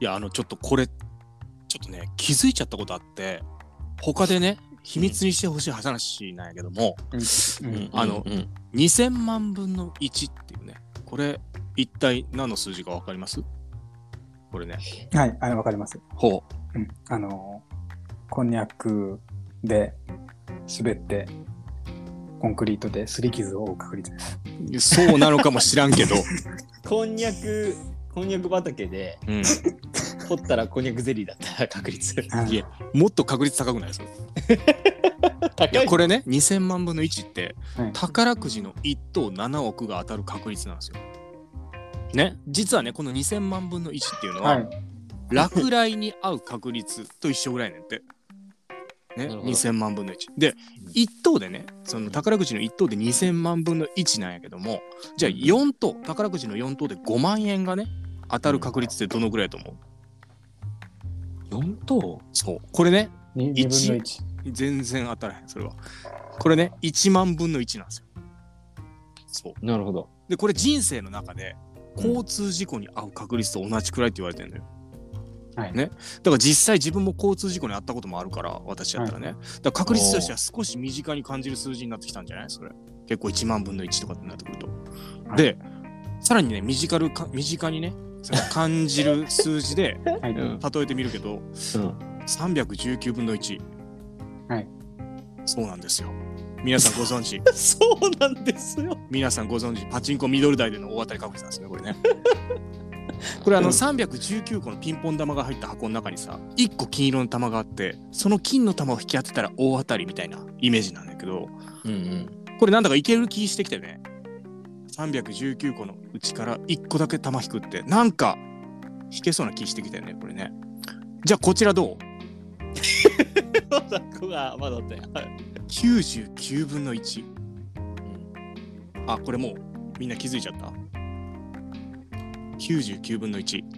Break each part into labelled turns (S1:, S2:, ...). S1: やあのちょっとこれちょっとね気づいちゃったことあって他でね秘密にしてほしい話なんやけども、
S2: うん
S1: あの
S3: うん
S1: 2000万分の1っていうねこれ一体何の数字か分かりますこれね
S2: はい、あれわかります。
S1: ほう
S2: うん、あのこんにゃくで滑ってコンクリートですり傷を負う確率です。
S1: そうなのかも知らんけど、
S3: こんにゃくこんにゃく畑で
S1: うん、
S3: 掘ったらこんにゃくゼリーだった確率
S1: いやもっと確率高くないですかい
S3: 高
S1: や
S3: い
S1: これね2000万分の1って
S2: はい
S1: 宝くじの1等7億が当たる確率なんですよ。ね実はねこの2000万分の1っていうのは、
S2: はい、
S1: 落雷に合う確率と一緒ぐらいねんて。ね、
S3: なるほど
S1: 2000万分の1。で
S3: うん
S1: 1等でねその宝くじの1等で2000万分の1なんやけどもじゃあ4等宝くじの4等で5万円がね当たる確率ってどのぐらいだと思う、
S3: 4等
S1: そうこれね
S2: 二二分の一。
S1: 全然当たらへんそれはこれね1万分の1なんですよそう
S3: なるほど
S1: でこれ人生の中で交通事故に遭う確率と同じくらいって言われてるのよ
S2: はい
S1: ねだから実際自分も交通事故に遭ったこともあるから私やったらね、だから確率としては少し身近に感じる数字になってきたんじゃないそれ結構1万分の1とかってなってくると、
S2: い
S1: でさらにね身近るか身近にねその感じる数字で
S2: は い、
S3: うん
S1: 例えてみるけど
S3: うん
S1: 319分の1
S2: はい
S1: そうなんですよ皆さんご存知
S3: そうなんですよ
S1: 皆さんご存知パチンコミドル台での大当たり確率なんですねこれねこれあの
S3: うん
S1: 319個のピンポン玉が入った箱の中にさ1個金色の玉があってその金の玉を引き当てたら大当たりみたいなイメージなんだけど
S3: うんうん
S1: これなんだかいける気してきてね319個のうちから1個だけ玉引くってなんか引けそうな気してきたよねこれねじゃあこちらどう
S3: まだこがまだだよはい
S1: 99分の1あこれもうみんな気づいちゃった99分の1も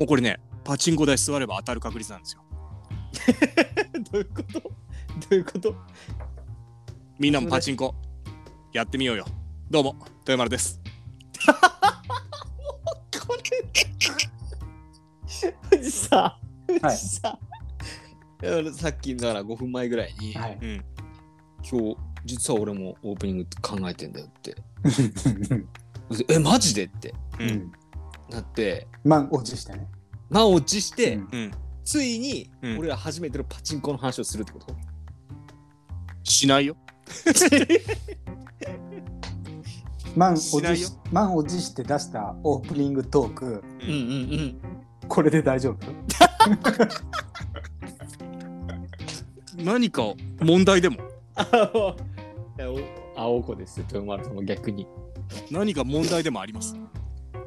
S1: うこれねパチンコ台座れば当たる確率なんですよ
S3: どういうことどういうこと
S1: みんなもパチンコやってみようよどうも豊丸です
S3: これ藤さ
S2: は
S3: 藤
S2: い
S3: さんさっきだから5分前ぐらいに、
S2: はい。
S3: 今日実は俺もオープニング考えてんだよってでえマジでって
S1: う
S2: うんん。
S3: なって
S2: 満落ちしてね。
S3: 満落ちして、
S2: うん
S1: うん
S3: ついに
S1: うん
S3: 俺ら初めてのパチンコの話をするって こと、
S1: しないよ
S2: 満
S1: し
S2: 落
S1: な
S2: ち
S1: いよ
S2: し満落ちして出したオープニングトーク、
S1: う
S3: うんん、うんうん
S2: これで大丈夫？
S1: 何か問題でも
S3: あもういやお青子ですよ豊丸さんも逆に
S1: 何か問題でもあります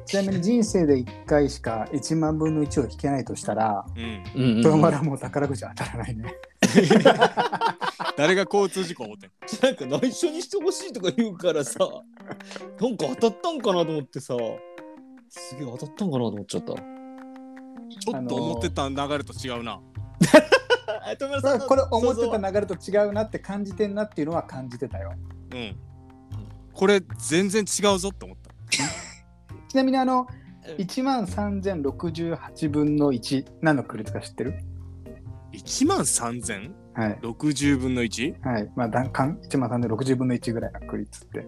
S2: ちなみに人生で一回しか一万分の一を引けないとしたら、
S1: うん
S3: うんうんうん
S2: 豊丸はもう宝くじ当たらないね。
S1: 誰が交通事故を負ってん
S3: なんか内緒にしてほしいとか言うからさなんか当たったんかなと思ってさすげえ当たったんかなと思っちゃった
S1: ちょっと思ってた流れと違うな、
S3: あ豊丸
S2: だからこれ思って
S3: 想像
S2: た流れと違うなって感じてんなっていうのは感じてたよ。
S1: うんこれ全然違うぞって思った
S2: ちなみにあの
S3: うん
S2: 1万3068分の1何の確率か知ってる
S1: 1万3000
S2: はい。
S1: 60分の 1?
S2: はい。まあ、だんかん1万3060分の1ぐらいの確率って。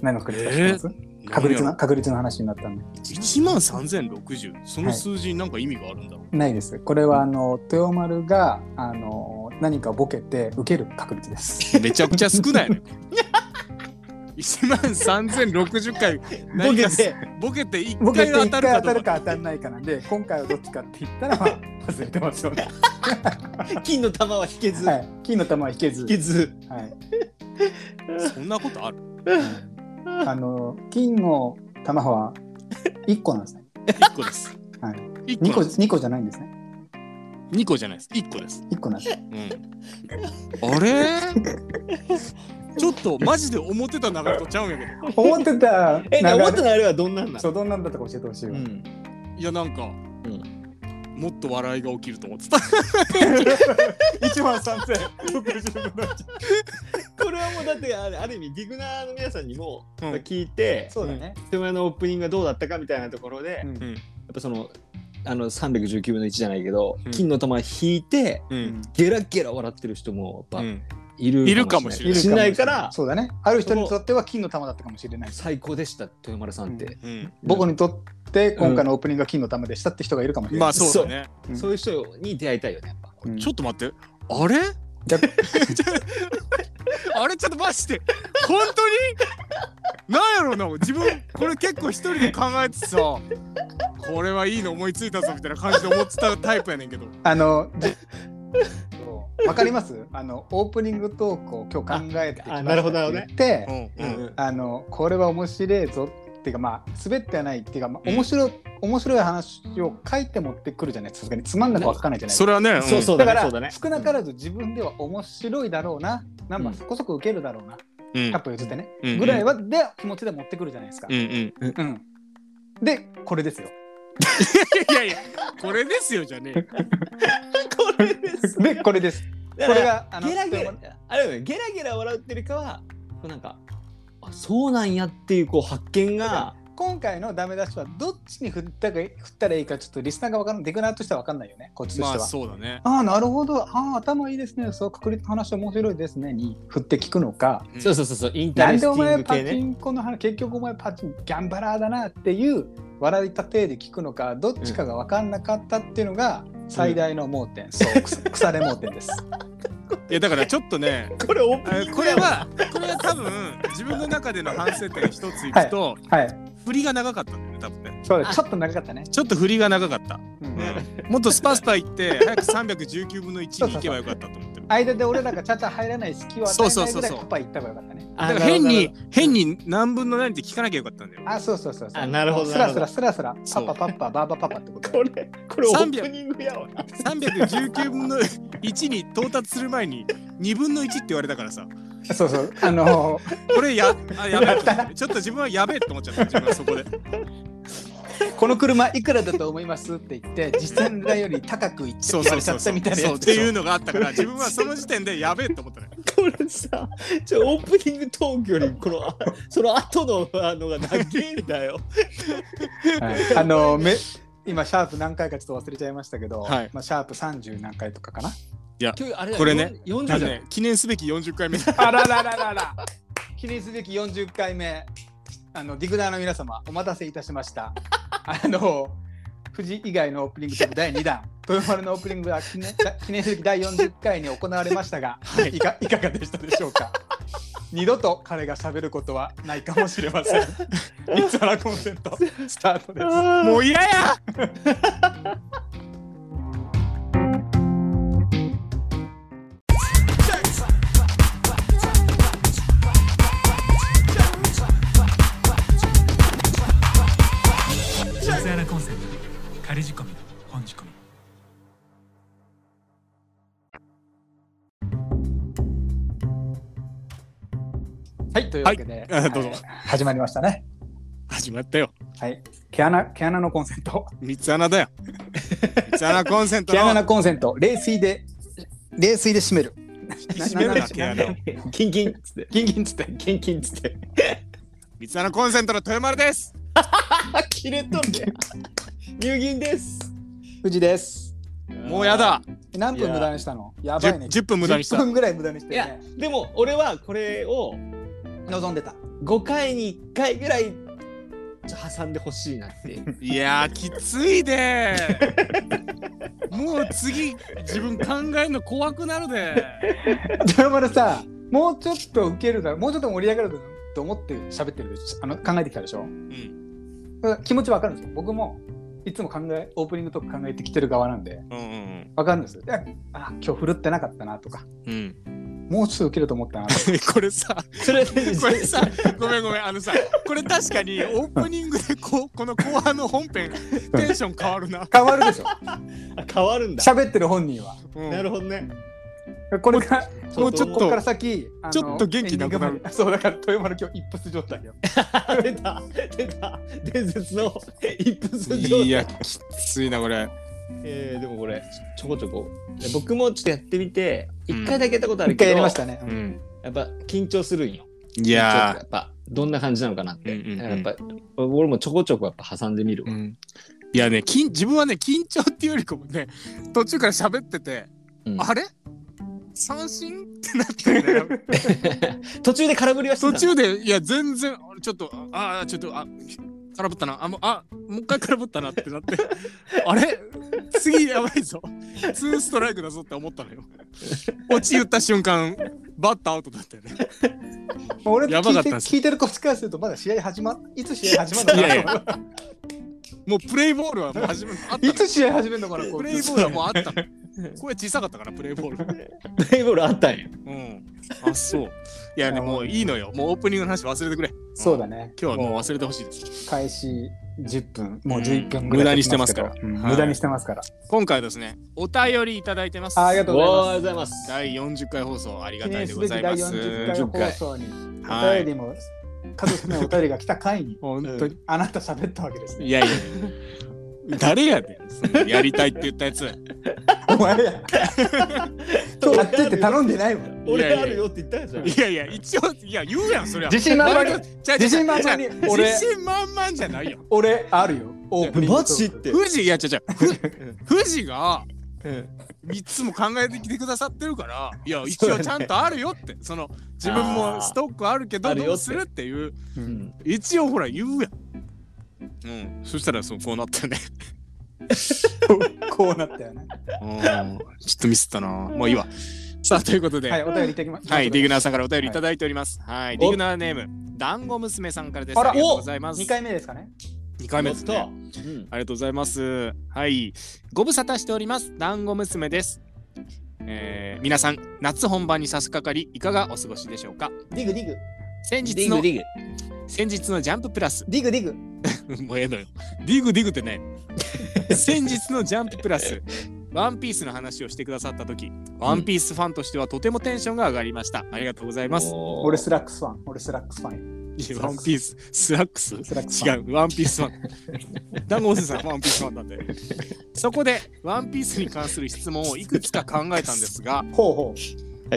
S2: 何の確率か知ってます、確
S1: 確
S2: 率の確率の話になったんで。
S1: 1万3060その数字に何か意味があるんだろう、
S2: ないです。これはあの豊丸があの何かボケて受ける確率です。
S1: めちゃくちゃ少ないね1万3060回
S3: ボケて
S1: ボケて1
S2: ボ
S1: 回
S2: ケて
S1: 当
S2: 1
S1: たるか
S2: 回当
S1: ど
S2: た
S1: う
S2: る
S1: か
S2: か当たらないかなんで今回はどっちかって言ったら、まあ、忘れてますよね。
S3: 金の玉は引けず、
S2: はい。金の玉は引けず
S3: 引。けず
S2: はい。
S1: そんなことある
S2: あの金の玉は1個なんですね。
S1: 1個です、
S2: はい
S1: 一
S2: 2個
S1: 個
S2: 二個じゃないんですね。
S1: 2個じゃないです1個です、
S2: 1個なん です。
S1: うん、あれちょっとマジで思ってた流れとちゃうんやけど
S2: 思ってた
S3: え
S2: なん
S3: 思っ
S2: か
S3: てたあれはどんなんな
S2: そ
S3: の
S2: うどんなんだったか教えてほしいよ。
S3: うん
S1: いやなんか、
S3: ん
S1: もっと笑いが起きると思ってた
S2: 1万3060分の1。
S3: これはもうだってあれある意味ディグナーの皆さんにも
S1: うん
S3: 聞いて、
S2: そうだね。
S3: 手前のオープニングがどうだったかみたいなところで、
S2: う
S3: やっ
S2: ん
S3: ぱそのあの319分の1じゃないけど、
S1: うん
S3: 金の玉引いて
S1: うん
S3: ゲラゲラ笑ってる人もや
S1: う
S3: っぱ
S1: ん
S3: いる
S1: いるかもしれない
S3: しれないから
S2: そうだね。ある人にとっては金の玉だったかもしれないし。
S3: 最高でした豊丸さんって、
S1: うん
S2: 僕にとって今回のオープニングが金の玉でしたって人がいるかもしれ
S1: ま
S2: な
S1: あ
S2: い。
S1: そうだね
S2: うん
S3: そういう人に出会いたいよねやっぱ
S2: うん
S1: ちょっと待ってあれちょ あれちょっとマジで本当になんやろうな自分これ結構一人で考えてさこれはいいの思いついたぞみたいな感じで思ってたタイプやねんけど
S2: あ の、じゃそうわかりますあの、オープニングトークを今日考えてきま
S3: ああ
S2: し
S3: なるほど
S2: たって言っ
S1: う
S2: て、
S1: んうん
S2: あの、これは面白いぞっていうか、まあ、滑ってはないっていうか、まあ、面白い、面白い話を書いて持ってくるじゃないさすがにつまんなくは書かないじゃない
S1: それはね
S3: そうそう
S2: だか
S3: だねそうだ
S2: ら、
S3: ね
S2: 少なからず自分では面白いだろうな、ナンバーそこそこ受けるだろうな、
S1: うん
S2: カップ譲ってね、
S1: うん
S2: ぐらいはで気持ちで持ってくるじゃないですか
S1: うん。うん
S2: うんで、これですよ。
S1: いやいやこれですよじゃねえ
S3: これです
S2: で、これです。これが、あの、
S3: ゲラゲラあれだよねゲラゲラ笑ってるかはこうなんかあそうなんやっていうこう発見が
S2: 今回のダメ出しはどっちに振ったか振ったらいいかちょっとリスナーが分からんデクナーとしては分かんないよねこっちとし
S1: ま
S2: て
S1: あ
S2: は。
S1: そうだね
S2: ああなるほどああ頭いいですねそう確率の話面白いですねに振って聞くのか
S1: うん
S3: そうそうそうそうインタ
S2: な
S3: レ
S2: ん
S3: ステ
S2: で
S3: ィ
S2: お
S3: ン
S2: 前
S3: グ
S2: パ
S3: 系
S2: チ
S3: ね
S2: ンコの話結局お前パチンギャンバラーだなっていう笑いたてで聞くのかどっちかが分かんなかったっていうのが最大の盲点、そう 腐腐れ盲点です。
S1: いやだからちょっとね
S3: これオー
S1: あこれはこれは多分自分の中での反省点一ついくと、
S2: はい
S1: 振りが長かったんだよね多分ね
S2: そうですちょっと長かったね。
S1: ちょっと振りが長かった、
S2: うん
S1: うん、もっとスパスパ行って早く319分の1に行けばよかったと思ってる
S2: 間で俺らがちゃちゃ入らない隙を与えないぐらいパパ行った方がよかったね。
S1: だから変に変に何分の何って聞かなきゃよかったんだよ
S2: あ、そうそうそうそう。
S3: あなるほど
S2: スラスラスラスラ、
S1: そ
S2: パ
S1: う
S2: パパッパ、バーバパパってことだ
S3: こ
S2: よ。
S3: れこれオ
S1: 300
S3: ープニングやわ
S1: 319分の1に到達する前に2分の1って言われたからさ
S2: そうそう。あのー、
S1: これやあやべえと思ってちょっと自分はやべえって思っちゃった自分は そこで
S2: この車いくらだと思いますって言って、実践台より高く行って
S1: そう
S2: 言わ
S1: そうそう
S2: れちゃった
S1: そう
S2: みたいな
S1: そう
S2: や
S1: って
S2: つでし
S1: い
S2: ょ
S1: うのがあったから自分はその時点でやべえって思ったのよ
S3: これさちょオープニングトークよりこのあその後のあのが長いんだよ
S2: はいあのー、め今、シャープ何回かちょっと忘れちゃいましたけど、
S1: はい
S2: まあ、シャープ30何回とかかな。
S3: 今日あれだ
S1: これね
S3: よん
S1: あ
S3: 40
S1: の
S3: じゃん
S1: ね記念すべき40回目
S2: あららららら。記念すべき40回目。あのディグダーの皆様、お待たせいたしました。あの、富士以外のオープニングトーク第2弾、豊丸のオープニングは記念記念すべき第40回に行われましたが、いかいかがでしたでしょうか。二度と彼が喋ることはないかもしれません。三つ原コンセント、スタートです。
S1: もう嫌や
S4: 松原コンセント仮仕込みの本仕込み
S2: はい、というわけで、
S1: はいあどうぞ
S2: はい始まりましたね。
S1: 始まったよ
S2: はい、毛穴毛穴のコンセント。
S1: 三つ穴だよ三つ穴コンセント
S2: 毛穴
S1: の
S2: のコンセント、冷水で冷水で締める。
S1: 引き締めるな毛穴を
S3: キンキンっつって
S2: ギンギンつって。
S3: キンキンっつって
S1: 三つ穴コンセントの豊丸です
S3: あ切れとるね入銀です
S2: 藤です。
S1: もうやだ
S2: 何分無駄にしたのやばいね。
S1: 10, 分無駄にし
S2: 10
S1: た
S2: 分ぐらい無駄にして
S3: いや
S2: ね。
S3: でも俺はこれを
S2: 望んでた。
S3: 5回に1回ぐらいちょ挟んでほしいなっていう
S1: いやーきついでーもう次自分考えるの怖くなるで
S2: 豊丸さ、もうちょっと受けるだろう、もうちょっと盛り上がるだろうと思って喋ってるでしょあの考えてきたでしょ
S1: うん
S2: だから気持ちわかるんですよ。僕もいつも考えオープニングとか考えてきてる側なんで
S1: うんうん
S2: わかるんですよ。であ今日振るってなかったなとか、
S1: うん
S2: もうちょっと受けると思ったなとか。
S1: これさ
S3: それで
S1: これさごめんごめんあのさこれ確かにオープニングでこうこの後半の本編テンション変わるな、
S2: 変わるでしょ。
S3: あ変わるんだ
S2: 喋ってる本人は。
S1: うん
S3: なるほどね
S2: これから
S1: もうちょっと
S2: ここから先あの
S1: ちょっと元気なくなる
S2: エンディングまでそうだから豊丸今日一発状態よ。
S3: あ出た出た伝説の一発状態
S1: いやきついなこれ
S3: えー、でもこれちょこちょこで僕もちょっとやってみて
S1: うん
S3: 一回だけやったことある
S2: 一
S3: け
S2: 回
S3: ど、や
S2: やりま
S3: っ
S2: したね。
S1: うん
S3: ぱ緊張するんよ
S1: い
S3: 緊張って
S1: や
S3: やっぱどんな感じなのかなって、
S1: うんうんうん
S3: だからやっぱ俺もちょこちょこやっぱ挟んでみる
S1: ー、
S3: わ、
S1: うんいやね緊自分はね緊張っていうよりかもね途中から喋ってて、
S3: うん
S1: あれ三振ってなってんだよ
S3: 途中で空振りはしてた
S1: 途
S3: の
S1: 中でいや全然あちょっとああちょっとあ空振ったなあもうあもう一回空振ったなってなってあれ次やばいぞツーストライクだぞって思ったのよ落ち言った瞬間バッターアウトだったよね
S2: 俺
S1: やば
S2: 聞
S1: かっ
S2: いて
S1: たっす
S2: 聞いてるこっちからするとまだ試合始まいつ試合始まるの
S1: いやい
S2: か
S1: やもうプレイボールはもう始めあったの
S2: ないつ試合始めるのかなこ
S1: プ
S2: い
S1: レイ
S2: つ
S1: ボールはもうあったの声小さかったからプレイボール
S3: プレイボールあったんや
S1: うん。あ、そう。いやね、もういいのよ。もうオープニングの話忘れてくれ。
S2: そうだね
S1: 今日はもう忘れてほしいです。
S2: 開始10分もう
S1: うん
S2: 11分ぐらい
S1: 無駄にしてますから
S2: 経ってまけどうん
S1: はい
S2: 無駄にしてますから
S1: 今回はですね、お便りいただいてます。
S2: あありがとうございま
S3: お
S2: す
S3: はようございます
S1: 第40回放送ありが
S2: 記
S1: たい
S2: 念
S1: ですご
S2: べき
S1: ざい
S2: 第
S1: ます。
S2: 40回放送にお
S1: は
S2: 便
S1: い。
S2: りも数少ないお便りが来た 回に
S1: 本当に。
S2: あなた喋ったわけですね
S1: いやいや。誰やねんその。やりたいって言ったや つ。
S2: お前ややってって頼んでないもん
S1: いやいや
S3: 俺あるよって言ったやつや
S1: いやいや、一応、いや、言うやん、そりゃ。
S2: 自信満々に
S1: ちゃうちゃう
S2: 自信満々に
S1: ちゃう
S2: 俺
S1: 自信満々じゃないよ。
S2: 俺あるよオープニング
S3: マジって
S1: 富士、いや、ちゃうちゃうふ。 富士が。
S3: うん
S1: いつも考えてきてくださってる からいや一応ちゃんとあるよってその自分もストックあるけ
S3: あ
S1: ど
S3: ー
S1: どうするっていう
S3: うん
S1: 一応ほら言うやん、うん、そしたらそうこうなったよね
S2: こうなったよね
S1: うん ちょっとミスったなもういいわさあということで
S2: は
S1: はいい、
S2: お便りいただきます
S1: ディグナーさんからお便りいただいておりますはい、ディグナーネーム団子娘さんからです
S2: あら
S1: ありがとうございます
S2: 2回目ですかね
S1: 二回目ですね
S3: やったうん
S1: ありがとうございます。はい。ご無沙汰しております。団子娘です。えー皆さん、夏本番に差し掛かり、いかがお過ごしでしょうか
S2: ディグディグ
S1: 先
S3: デ
S1: 日
S3: ィグ
S1: の
S3: デ、ィグ
S1: 先日のジャンププラス。
S2: ディグディ グ
S1: もうええのよ。ディグディグってね。 先日のジャンププラス、ワンピースの話をしてくださった時ワンピースファンとしてはとてもテンションが上がりました。ありがとうございます。
S2: 俺スラックスファン俺スラックスファンよ
S1: いやワンピース、スラックス
S2: スラックスフ
S1: 違
S2: ァン
S1: う、ワンピースファン。団子おじさん、ワンピースファンなんで。そこで、ワンピースに関する質問をいくつか考えたんですが、
S2: ほうほ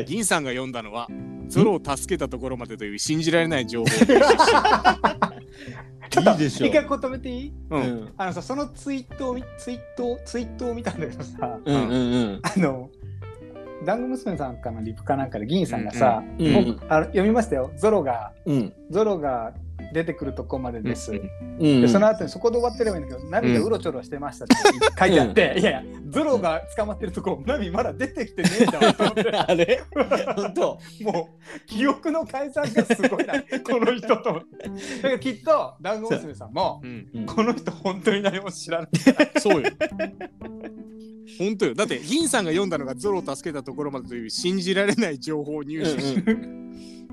S1: 銀さんが読んだのは、ゾロを助けたところまでという信じられない情報。
S2: うただ
S3: いいでしょ
S2: 一回こう止めていい
S1: うん
S3: うん
S2: あのさそのツイートを見ツイートをツイートを見たんだけどさ
S3: うんうんうん
S2: あの団子娘さんかのリプかなんかで銀さんがさ、
S3: うんうん
S2: 僕あの読みましたよゾロが
S3: うん
S2: ゾロが出てくるとこまでです、
S3: うん
S2: でその後にそこで終わってればいいんだけど、ナビがうろちょろしてましたって書いてあって、いやいや、ゾロが捕まってるとこ、ナビまだ出てきてねえんだわと思って、
S3: あれ本 当
S2: もう記憶の改ざんがすごいな、この人と思って。だからきっと、団子娘さんも、
S1: うん
S2: この人、本当に何も知らない。
S1: そうよ。本当よ。だって、銀さんが読んだのがゾロを助けたところまでという信じられない情報を入手し、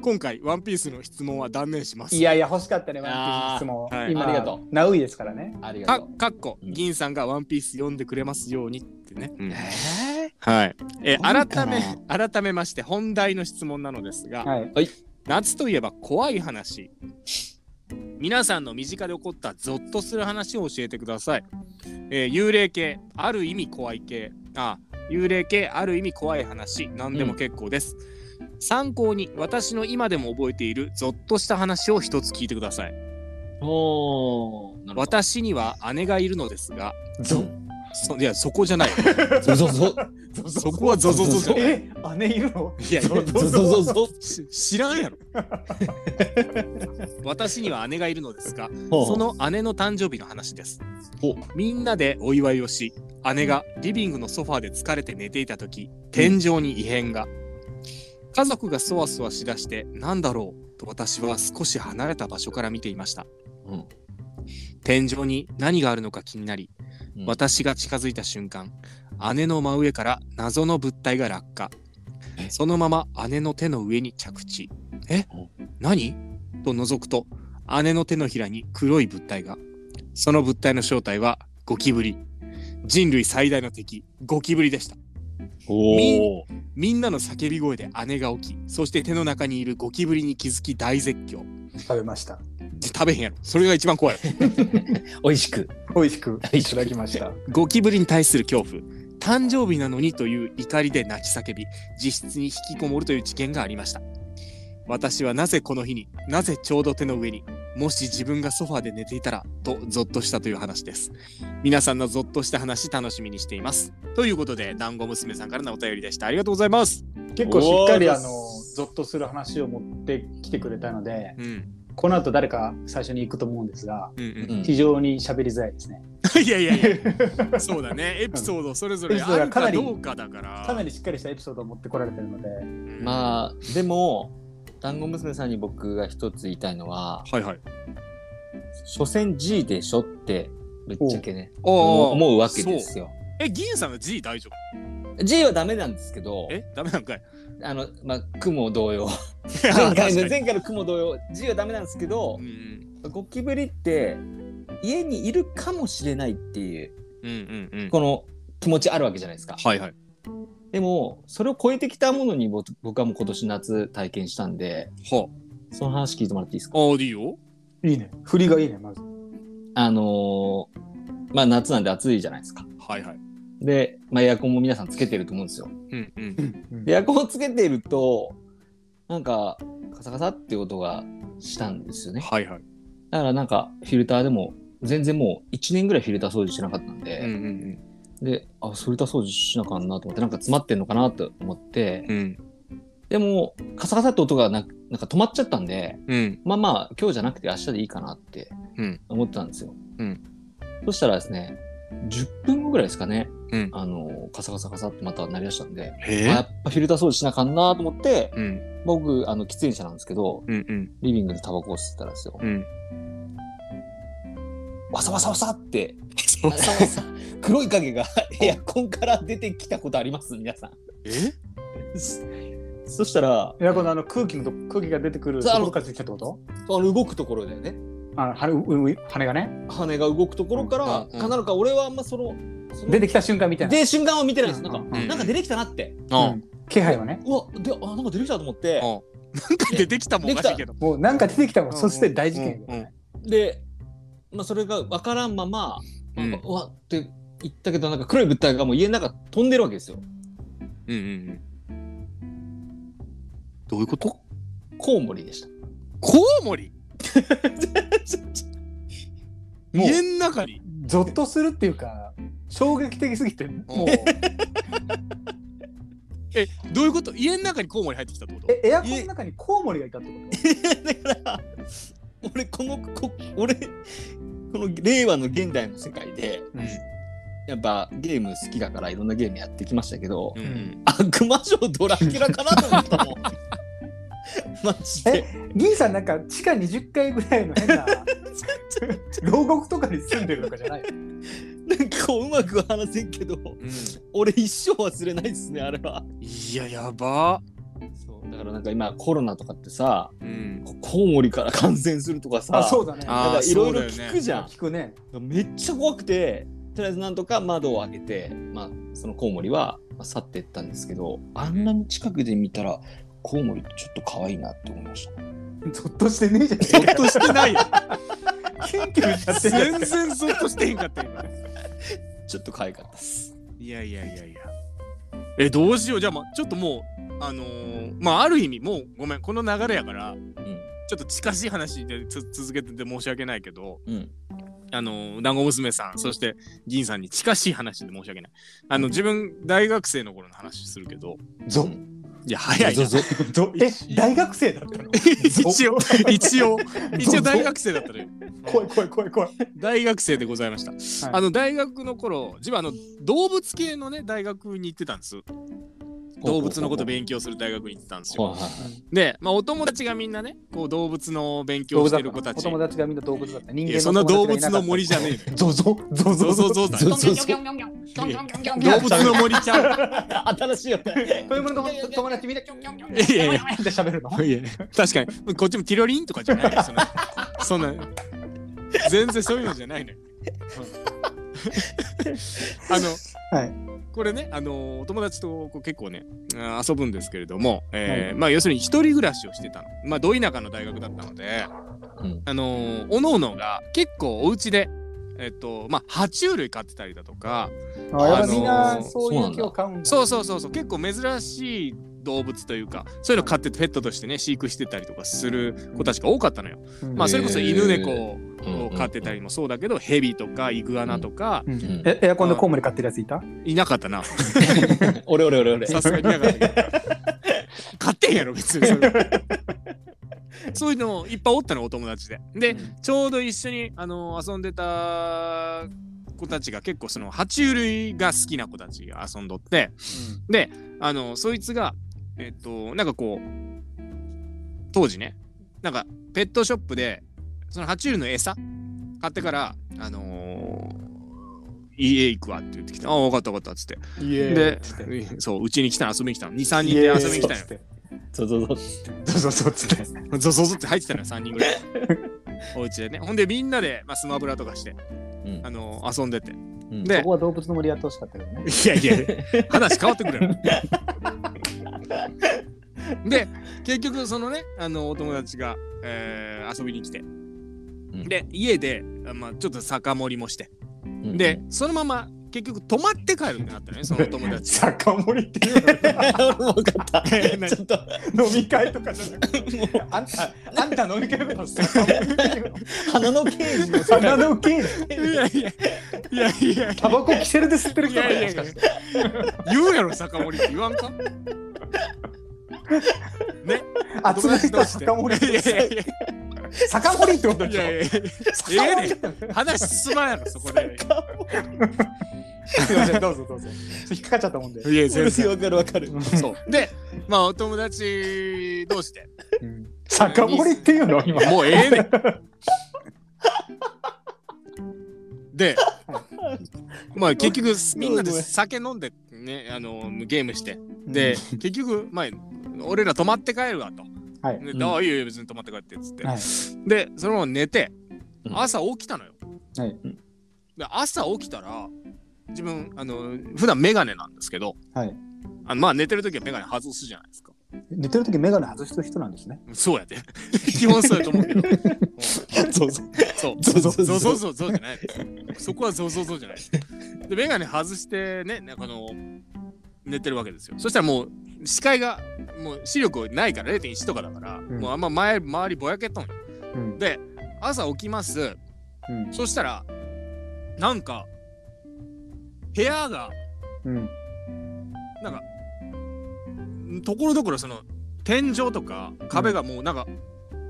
S1: 今回、ワンピースの質問は断念します。
S2: いやいや、欲しかったね、ワンピースの質問。
S1: あーはい
S2: 今
S3: ありがとう。
S2: ナウイですからね。
S3: ありが
S1: か
S3: とう
S1: かっこ、
S3: うん
S1: 銀さんがワンピース読んでくれますようにってね。うん
S3: え
S1: はい。え
S3: なん
S1: 改
S3: か
S1: め
S3: な
S1: 改めまして本題の質問なのですが、
S2: はい。
S1: 夏といえば怖い話。皆さんの身近で起こったゾッとする話を教えてください。えー幽霊系、ある意味怖い系、あ、幽霊系、ある意味怖い話、何でも結構です。参考に私の今でも覚えているゾッとした話を一つ聞いてください。
S3: ーおーなるほど
S1: 私には姉がいるのですが、
S3: ゾ
S1: そいやそこじゃない。
S3: ゾゾ ゾ
S1: そこはゾゾゾゾ。
S2: え、姉いるの
S1: いやいや
S3: ゾゾゾゾ
S1: し知らん やろ私には姉がいるのですがそ
S3: そ
S1: の姉の誕生日の話です
S3: ほ
S1: みんなでお祝いをし姉がリビングのソファーで疲れて寝ていた時天井に異変が、家族がそわそわしだしてなんだろうと私は少し離れた場所から見ていました
S3: うん
S1: 天井に何があるのか気になり、
S3: うん
S1: 私が近づいた瞬間姉の真上から謎の物体が落下
S3: え
S1: そのまま姉の手の上に着地え
S3: お
S1: 何と覗くと姉の手のひらに黒い物体がその物体の正体はゴキブリ人類最大の敵ゴキブリでした
S3: おお
S1: みんなの叫び声で姉が起きそして手の中にいるゴキブリに気づき大絶叫
S2: 食べました。
S1: で食べへんやろそれが一番怖い
S3: 美味しく
S2: 美味しくいただきました。
S1: ゴキブリに対する恐怖誕生日なのにという怒りで泣き叫び実質に引きこもるという事件がありました私はなぜこの日になぜちょうど手の上にもし自分がソファーで寝ていたらとゾッとしたという話です皆さんのゾッとした話楽しみにしていますということで団子娘さんからのお便りでしたありがとうございます
S2: 結構しっかり
S3: おー
S2: あのゾッとする話を持ってきてくれたので
S1: うん
S2: この後誰か最初に行くと思うんですが
S1: うん
S3: う
S1: うん
S2: 非常に喋りづらいですね、
S1: ん いやいやい やそうだねエピソードそれぞれあるかどうかだから
S2: かなりしっかりしたエピソードを持ってこられてるので
S1: あ
S3: まあでも団子娘さんに僕が一つ言いたいのは
S1: はいはい
S3: 所詮 G でしょってぶっちゃけね
S1: お
S3: 思
S1: ー
S3: う思うわけですよ
S1: そうえ銀さんの G 大丈
S3: G はダメなんですけど
S1: 夫えダメなん かい
S3: あのまあ雲同様 前
S1: 確か
S3: 回
S1: に
S3: の前回の雲同様 G はダメなんですけど
S1: うんうん
S3: ゴキブリって家にいるかもしれないっていう
S1: うんうんうん
S3: この気持ちあるわけじゃないですか
S1: はいはい
S3: でもそれを超えてきたものに僕僕はもう今年夏体験したんで
S1: は
S3: その話聞いてもらっていいですか
S1: ああいいよ
S2: いいね振りがいいねまず
S3: あのーまあ夏なんで暑いじゃないですか
S1: はいはい
S3: で、まあ、エアコンも皆さんつけてると思うんですよ
S1: うんうん
S3: でエアコンをつけているとなんかカサカサって音がしたんですよね
S1: はいはい
S3: だからなんかフィルターでも全然もう1年ぐらいフィルター掃除してなかった
S1: う
S3: ん
S1: ん
S3: で、であフィルター掃除しなあかんなと思ってなんか詰まってんのかなと思って
S1: うんうん
S3: でもカサカサって音がなくなんか止まっちゃったんで
S1: うん
S3: まあまあ今日じゃなくて明日でいいかなって
S1: うん
S3: 思ってたんですよ、
S1: うん
S3: そしたらですね10分後ぐらいですかね、
S1: うん
S3: あのカサカサカサってまた鳴り出したんで、あや
S1: え
S3: っぱフィルター掃除しなあかんなと思って
S1: うん
S3: 僕あの喫煙者なんですけど
S1: うんうん
S3: リビングでタバコを吸ってたんですよ、
S1: うん
S3: わさわさわさって
S1: そう
S3: わさわさ 黒い影がエアコンから出てきたことあります皆さん
S1: え
S3: そしたら
S2: エアコンのあの空気のと空気が出てくる
S3: そう
S2: ところから出てきたってこと
S3: あの動くところだよね
S2: あの羽うう羽がね
S3: 羽が動くところから、
S1: うんうん
S3: かなのか俺はあんまそのその
S2: 出てきた瞬間みたいな
S3: で瞬間を見てないですなんか、
S2: うん
S3: なんか出てきたなって
S1: あ
S2: うん気配はね
S3: うわであなんか出てきたと思って
S1: あなんか出てきたもんおかしいけど
S2: もうなんか出てきた
S1: う
S2: も
S1: んん
S2: そして大事件よ
S1: うんうん
S2: ね
S3: で、まあ、それが分からんままなんか、
S1: う
S3: うわって言ったけどなんか黒い物体がもう家の中飛んでるわけですよ
S1: うんうんうんどういうこと
S3: コウモリでした
S1: コウモリ
S2: もう
S1: 家の中に
S2: ゾッとするっていうか衝撃的すぎてもう
S1: えどういうこと家の中にコウモリ入ってきたってこと
S2: えエアコンの中にコウモリがいたってこ と
S3: だから俺このこ俺この令和の現代の世界でやっぱゲーム好きだからいろんなゲームやってきましたけど、
S1: うんうん
S3: 悪魔城ドラキュラかなと思ったも んマジで
S2: 銀さんなんか地下20階ぐらいの変 な牢獄とかに住んでるとかじゃない
S3: なんかこううまくは話せんけど俺一生忘れないっすねあれは
S1: いややば
S3: そうだからなんか今コロナとかってさ
S1: うん
S3: こコウモリから感染するとかさ
S2: あそうだね
S1: あ
S3: なんかいろいろ
S1: そうだよね
S3: 聞くじゃん、
S2: 聞くね
S3: めっちゃ怖くてとりあえずなんとか窓を開けて、まあ、そのコウモリはまあ去っていったんですけどあんなに近くで見たらコウモリってちょっと可愛いなって思いました
S2: ゾッとしてねえじゃ
S1: ゾッとして ないよ
S2: んキュンキュンしちゃってる
S1: 全然ゾッとしてへんかった今
S3: ちょっと可愛かったです
S1: いやいやいやいやえどうしようじゃあ、ま、ちょっともうあのーまあある意味もうごめんこの流れやから
S3: うん
S1: ちょっと近しい話でつ続けてて申し訳ないけど
S3: うん
S1: あの団子娘さんそして銀さんに近しい話で申し訳ないあの自分大学生の頃の話するけど
S2: ゾ
S1: いや早いな
S3: ぞぞ
S2: ゾえ大学生だった の
S1: 一応一 応一応大
S2: ゾ
S1: 学生だったのよ
S2: 怖い怖い怖い怖い
S1: 大学生でございました、あの大学の頃自分あの動物系のね大学に行ってたんです動物のこと勉強する大学に行ってたんですよ
S3: はいはい
S1: で、まあ、お友達がみんなねこう動物の勉強をしてる子た
S2: お
S1: ち
S2: 友達がみんな動物だった人
S1: い
S2: 間
S1: やそんな動物の森じゃ
S2: ね
S1: ねえ のよ
S2: ゾゾ
S1: ゾ
S2: ゾゾ
S1: ゾ
S2: ゾ
S1: ゾだ
S3: ゾ
S1: よ
S3: ゾゾ
S1: 動物の森ちゃう
S3: 新しいよね
S2: そういうもの友 友達みんなキョンキョンキョン
S1: いやいやいや
S2: って喋るの
S1: いや確かにこっちもティロリンとかじゃないよそのそんな全然そういうのじゃないのよ。あの、
S2: はい
S1: これねあのお友達とこう結構ねあー遊ぶんですけれども、えーまあ要するに一人暮らしをしてたのまあど田舎の大学だったので、
S3: うん
S1: あのおのおのが結構お家でえっとまあ爬虫類飼ってたりだとか
S2: あやっぱみん
S1: あの
S2: な
S1: ー
S2: そういう木を買うんだ
S1: そうそうそうそう結構珍しい動物というかそういうの飼ってペットとしてね飼育してたりとかする子たちが多かったのよ。まあそれこそ犬
S3: へー
S1: 猫を飼ってたりもそうだけどヘビとかイグアナとか
S2: うん
S3: ん
S2: えエアコンのコウモリ買ってるやついた
S1: いなかったな。
S3: 俺俺俺俺。
S1: さすがになかったけど買ってんやろ別にそれそういうのいっぱいおったのお友達ででちょうど一緒に、あの遊んでた子たちが結構その爬虫類が好きな子たちが遊んどってであのそいつがえっとなんかこう当時ねなんかペットショップでその爬虫類の餌買ってからあのー家行くわって言ってきて「ああ分かった分かった」っつって
S2: イエーイ
S1: で
S2: っつって、
S1: そう、うちに来たの、遊びに来たの。2、3人
S2: イ
S1: で
S2: エーイ
S1: 遊びに来たの
S2: っつって
S3: そうそうそう。
S2: そうそうそうっつって
S1: よ。 ゾゾゾって入ってたのよ、3人ぐ らい。お家でね。ほんで、みんなで、まあ、スマブラとかして、
S3: うん
S1: あの遊んでて。い
S3: うん
S1: で
S2: ここは動物の森やってほしかったけ どね
S1: やいや、話変わってく るよ。で、結局、そのね、あの、お友達が、えー遊びに来て。
S3: ん
S1: で、家で、あまあ、ちょっと酒盛りもして。
S3: うん
S1: で、そのまま、結局、泊まって帰るってなったのね、そのお友達。
S2: 酒盛りっていう
S3: 俺も分かった。
S1: 何
S3: ちょっと
S2: の 飲み会とかじゃなくてあんたあんた飲み会のこと酒盛りっていうの
S3: 鼻の刑事の世界
S2: 鼻の 毛
S1: いやいや、いやいや。
S2: タバコキセルで吸ってる
S1: い
S2: 人だ
S1: やい
S2: よ
S1: や
S2: も
S1: いや
S2: しかして
S1: 言うやろ酒盛りって言わんか
S2: 集めた酒盛り
S1: いやいやいや
S2: 酒盛りってことで
S1: い
S2: しょ
S1: やいや
S2: 酒盛りって
S1: 話進まんやろそこ で
S2: すいませんどうぞどうぞ引っかかっちゃったもんで
S1: いや全
S3: 分
S1: 然
S3: かる分かる。
S1: そうでまあお友達同士で
S2: 酒盛りっていうの今
S1: もうええねんでまあ結局みんなで酒飲んでねあのゲームしてで結局まあ俺ら泊まって帰るわと。
S2: はい
S1: で
S3: うん
S1: ああいいよいいよ別に泊まって帰ってっつって、
S2: はい
S1: でそのまま寝て
S3: うん
S1: 朝起きたのよ、
S2: はい
S1: で朝起きたら自分あの普段メガネなんですけど
S2: はい
S1: あのまあ寝てる時はメガネ外すじゃないですか
S2: 寝てる時メガネ外してる人なんですね
S1: そうやで 基本そうやと思う けど
S3: そうそう。
S1: そう
S3: ゾゾゾ
S1: ゾゾゾゾじゃないですそこはゾゾゾじゃないですでメガネ外してねなんかあの寝てるわけですよそしたらもう視界がもう視力ないから0.1とかだから、
S2: ん
S1: もうあんま前周りぼやけとんよ
S2: うん
S1: で朝起きます
S2: うん
S1: そしたらなんか部屋が
S2: うん
S1: なんかんところどころその天井とか壁がもうなんか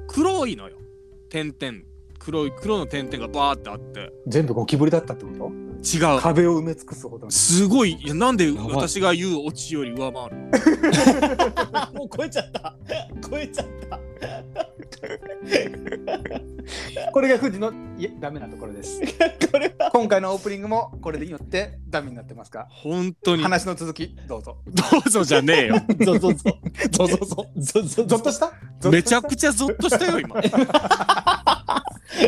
S1: 黒いのよ点々黒い黒の点々がバーってあって
S2: 全部ゴキブリだったってこと
S1: 違う
S2: 壁を埋め尽くすほどの
S1: すごいいやなんで
S3: ばい
S1: 私が言うオチより上回るの
S3: もう超えちゃった。超えちゃった。
S2: これが富士のいえダメなところです
S3: これは。
S2: 今回のオープニングもこれによってダメになってますか
S1: 本当に
S2: 話の続きどうぞ
S1: どうぞじゃねえよ
S3: ゾゾゾ。ゾゾゾ。ゾゾ
S2: ゾッとした
S1: めちゃく
S2: ち
S1: ちゃゾッとしたよ 今
S2: ゃ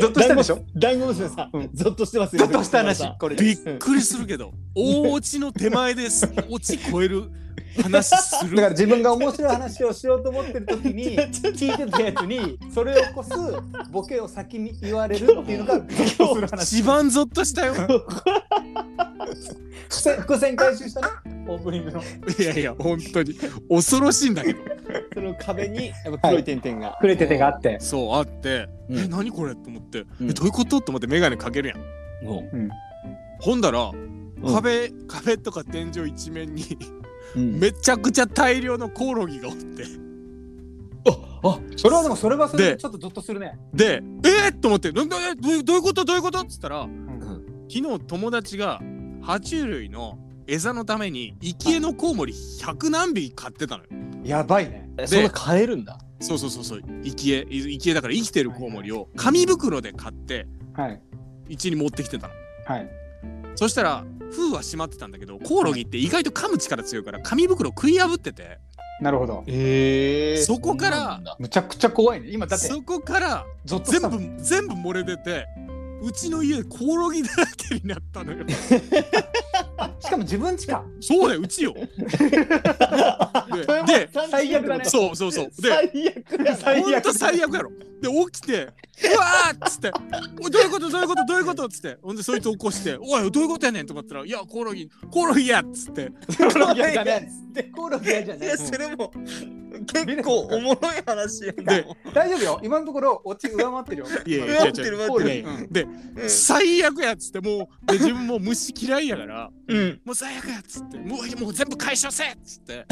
S2: ゾッとしたでしょ
S3: ダンゴ娘さ
S2: うん
S3: ん。ゾッとしてます
S2: ゾ
S3: よ。
S2: ッとした話これ
S1: び
S2: です
S1: っくりするけど大オチの手前ですオチ超える話す
S2: だから
S1: る
S2: 自分が面白い話をしようと思ってる時 に聞いてたやつにそれを起こすボケを先に言われるっていうのがゾッとする話
S1: 一番ゾッとしたよ
S2: 伏線伏線回収したねオープニングの
S1: いやいや本当に恐ろしいんだけど
S3: その壁 にやっぱ黒い点々が。
S2: くれててがあって
S1: そうあって、
S3: うん
S1: え何これと思って、
S3: うん
S1: えどういうことと思って眼鏡かけるやん
S3: も
S1: ほんだら
S3: う
S1: 壁、壁とか天井一面に
S3: うん
S1: めちゃくちゃ大量のコオロギがおって
S3: あ
S2: それはでもそれはそれで
S1: で
S2: ちょっとゾッとするね
S1: でえー、と思ってななえどういうどういうことどういうことっつったら
S2: うん
S1: 昨日友達が爬虫類の餌のために生き餌のコウモリ100何匹買ってたのよ
S2: やばいね
S3: あ。そんな変えるんだ。
S1: そうそうそうそう生き餌生き餌だから生きてるコウモリを紙袋で買って
S2: はい
S1: 家に持ってきてたの
S2: はい
S1: そしたら封は閉まってたんだけどコオロギって意外と噛む力強いから紙袋食い破ってて
S2: なるほど
S3: ええ
S1: そこから
S2: むちゃくちゃ怖いね今だって
S1: そこから
S2: ゾッとし
S1: 全
S2: た
S1: 部
S2: もん
S1: 全部漏れ出てうちの家コオロギだらけになったのよ
S2: しかも自分ちか。
S1: そうだよう ちよ
S2: それも
S1: で
S2: 最悪だね
S1: で。そうそうそうで
S3: 最悪や
S2: 最悪
S1: ほんと最悪やろで起きて「うわ!」っつって「おいどういうことどういうことどういうこと?」っつってほんでそいつ起こして「おいどういうことやねん」と思ったら「いやコオロギコオロギや」っつって
S2: コロギアじゃない。コオロギアじゃ
S3: い
S2: ない
S3: や。それも結構おもろい話やな
S1: で
S2: 大丈夫よ。今のところ、オチ上回ってるよ。
S1: いやいや
S3: 待
S1: 違
S3: っ
S1: う
S3: て
S1: 違
S3: る
S1: う
S3: 待
S2: コオ
S3: っ
S2: ロ
S3: て
S2: ギ。
S3: る
S2: うん
S1: で最悪やっつってもうで自分も虫嫌いやから
S3: うん
S1: もう最悪やっつってもうもう全部解消せっつって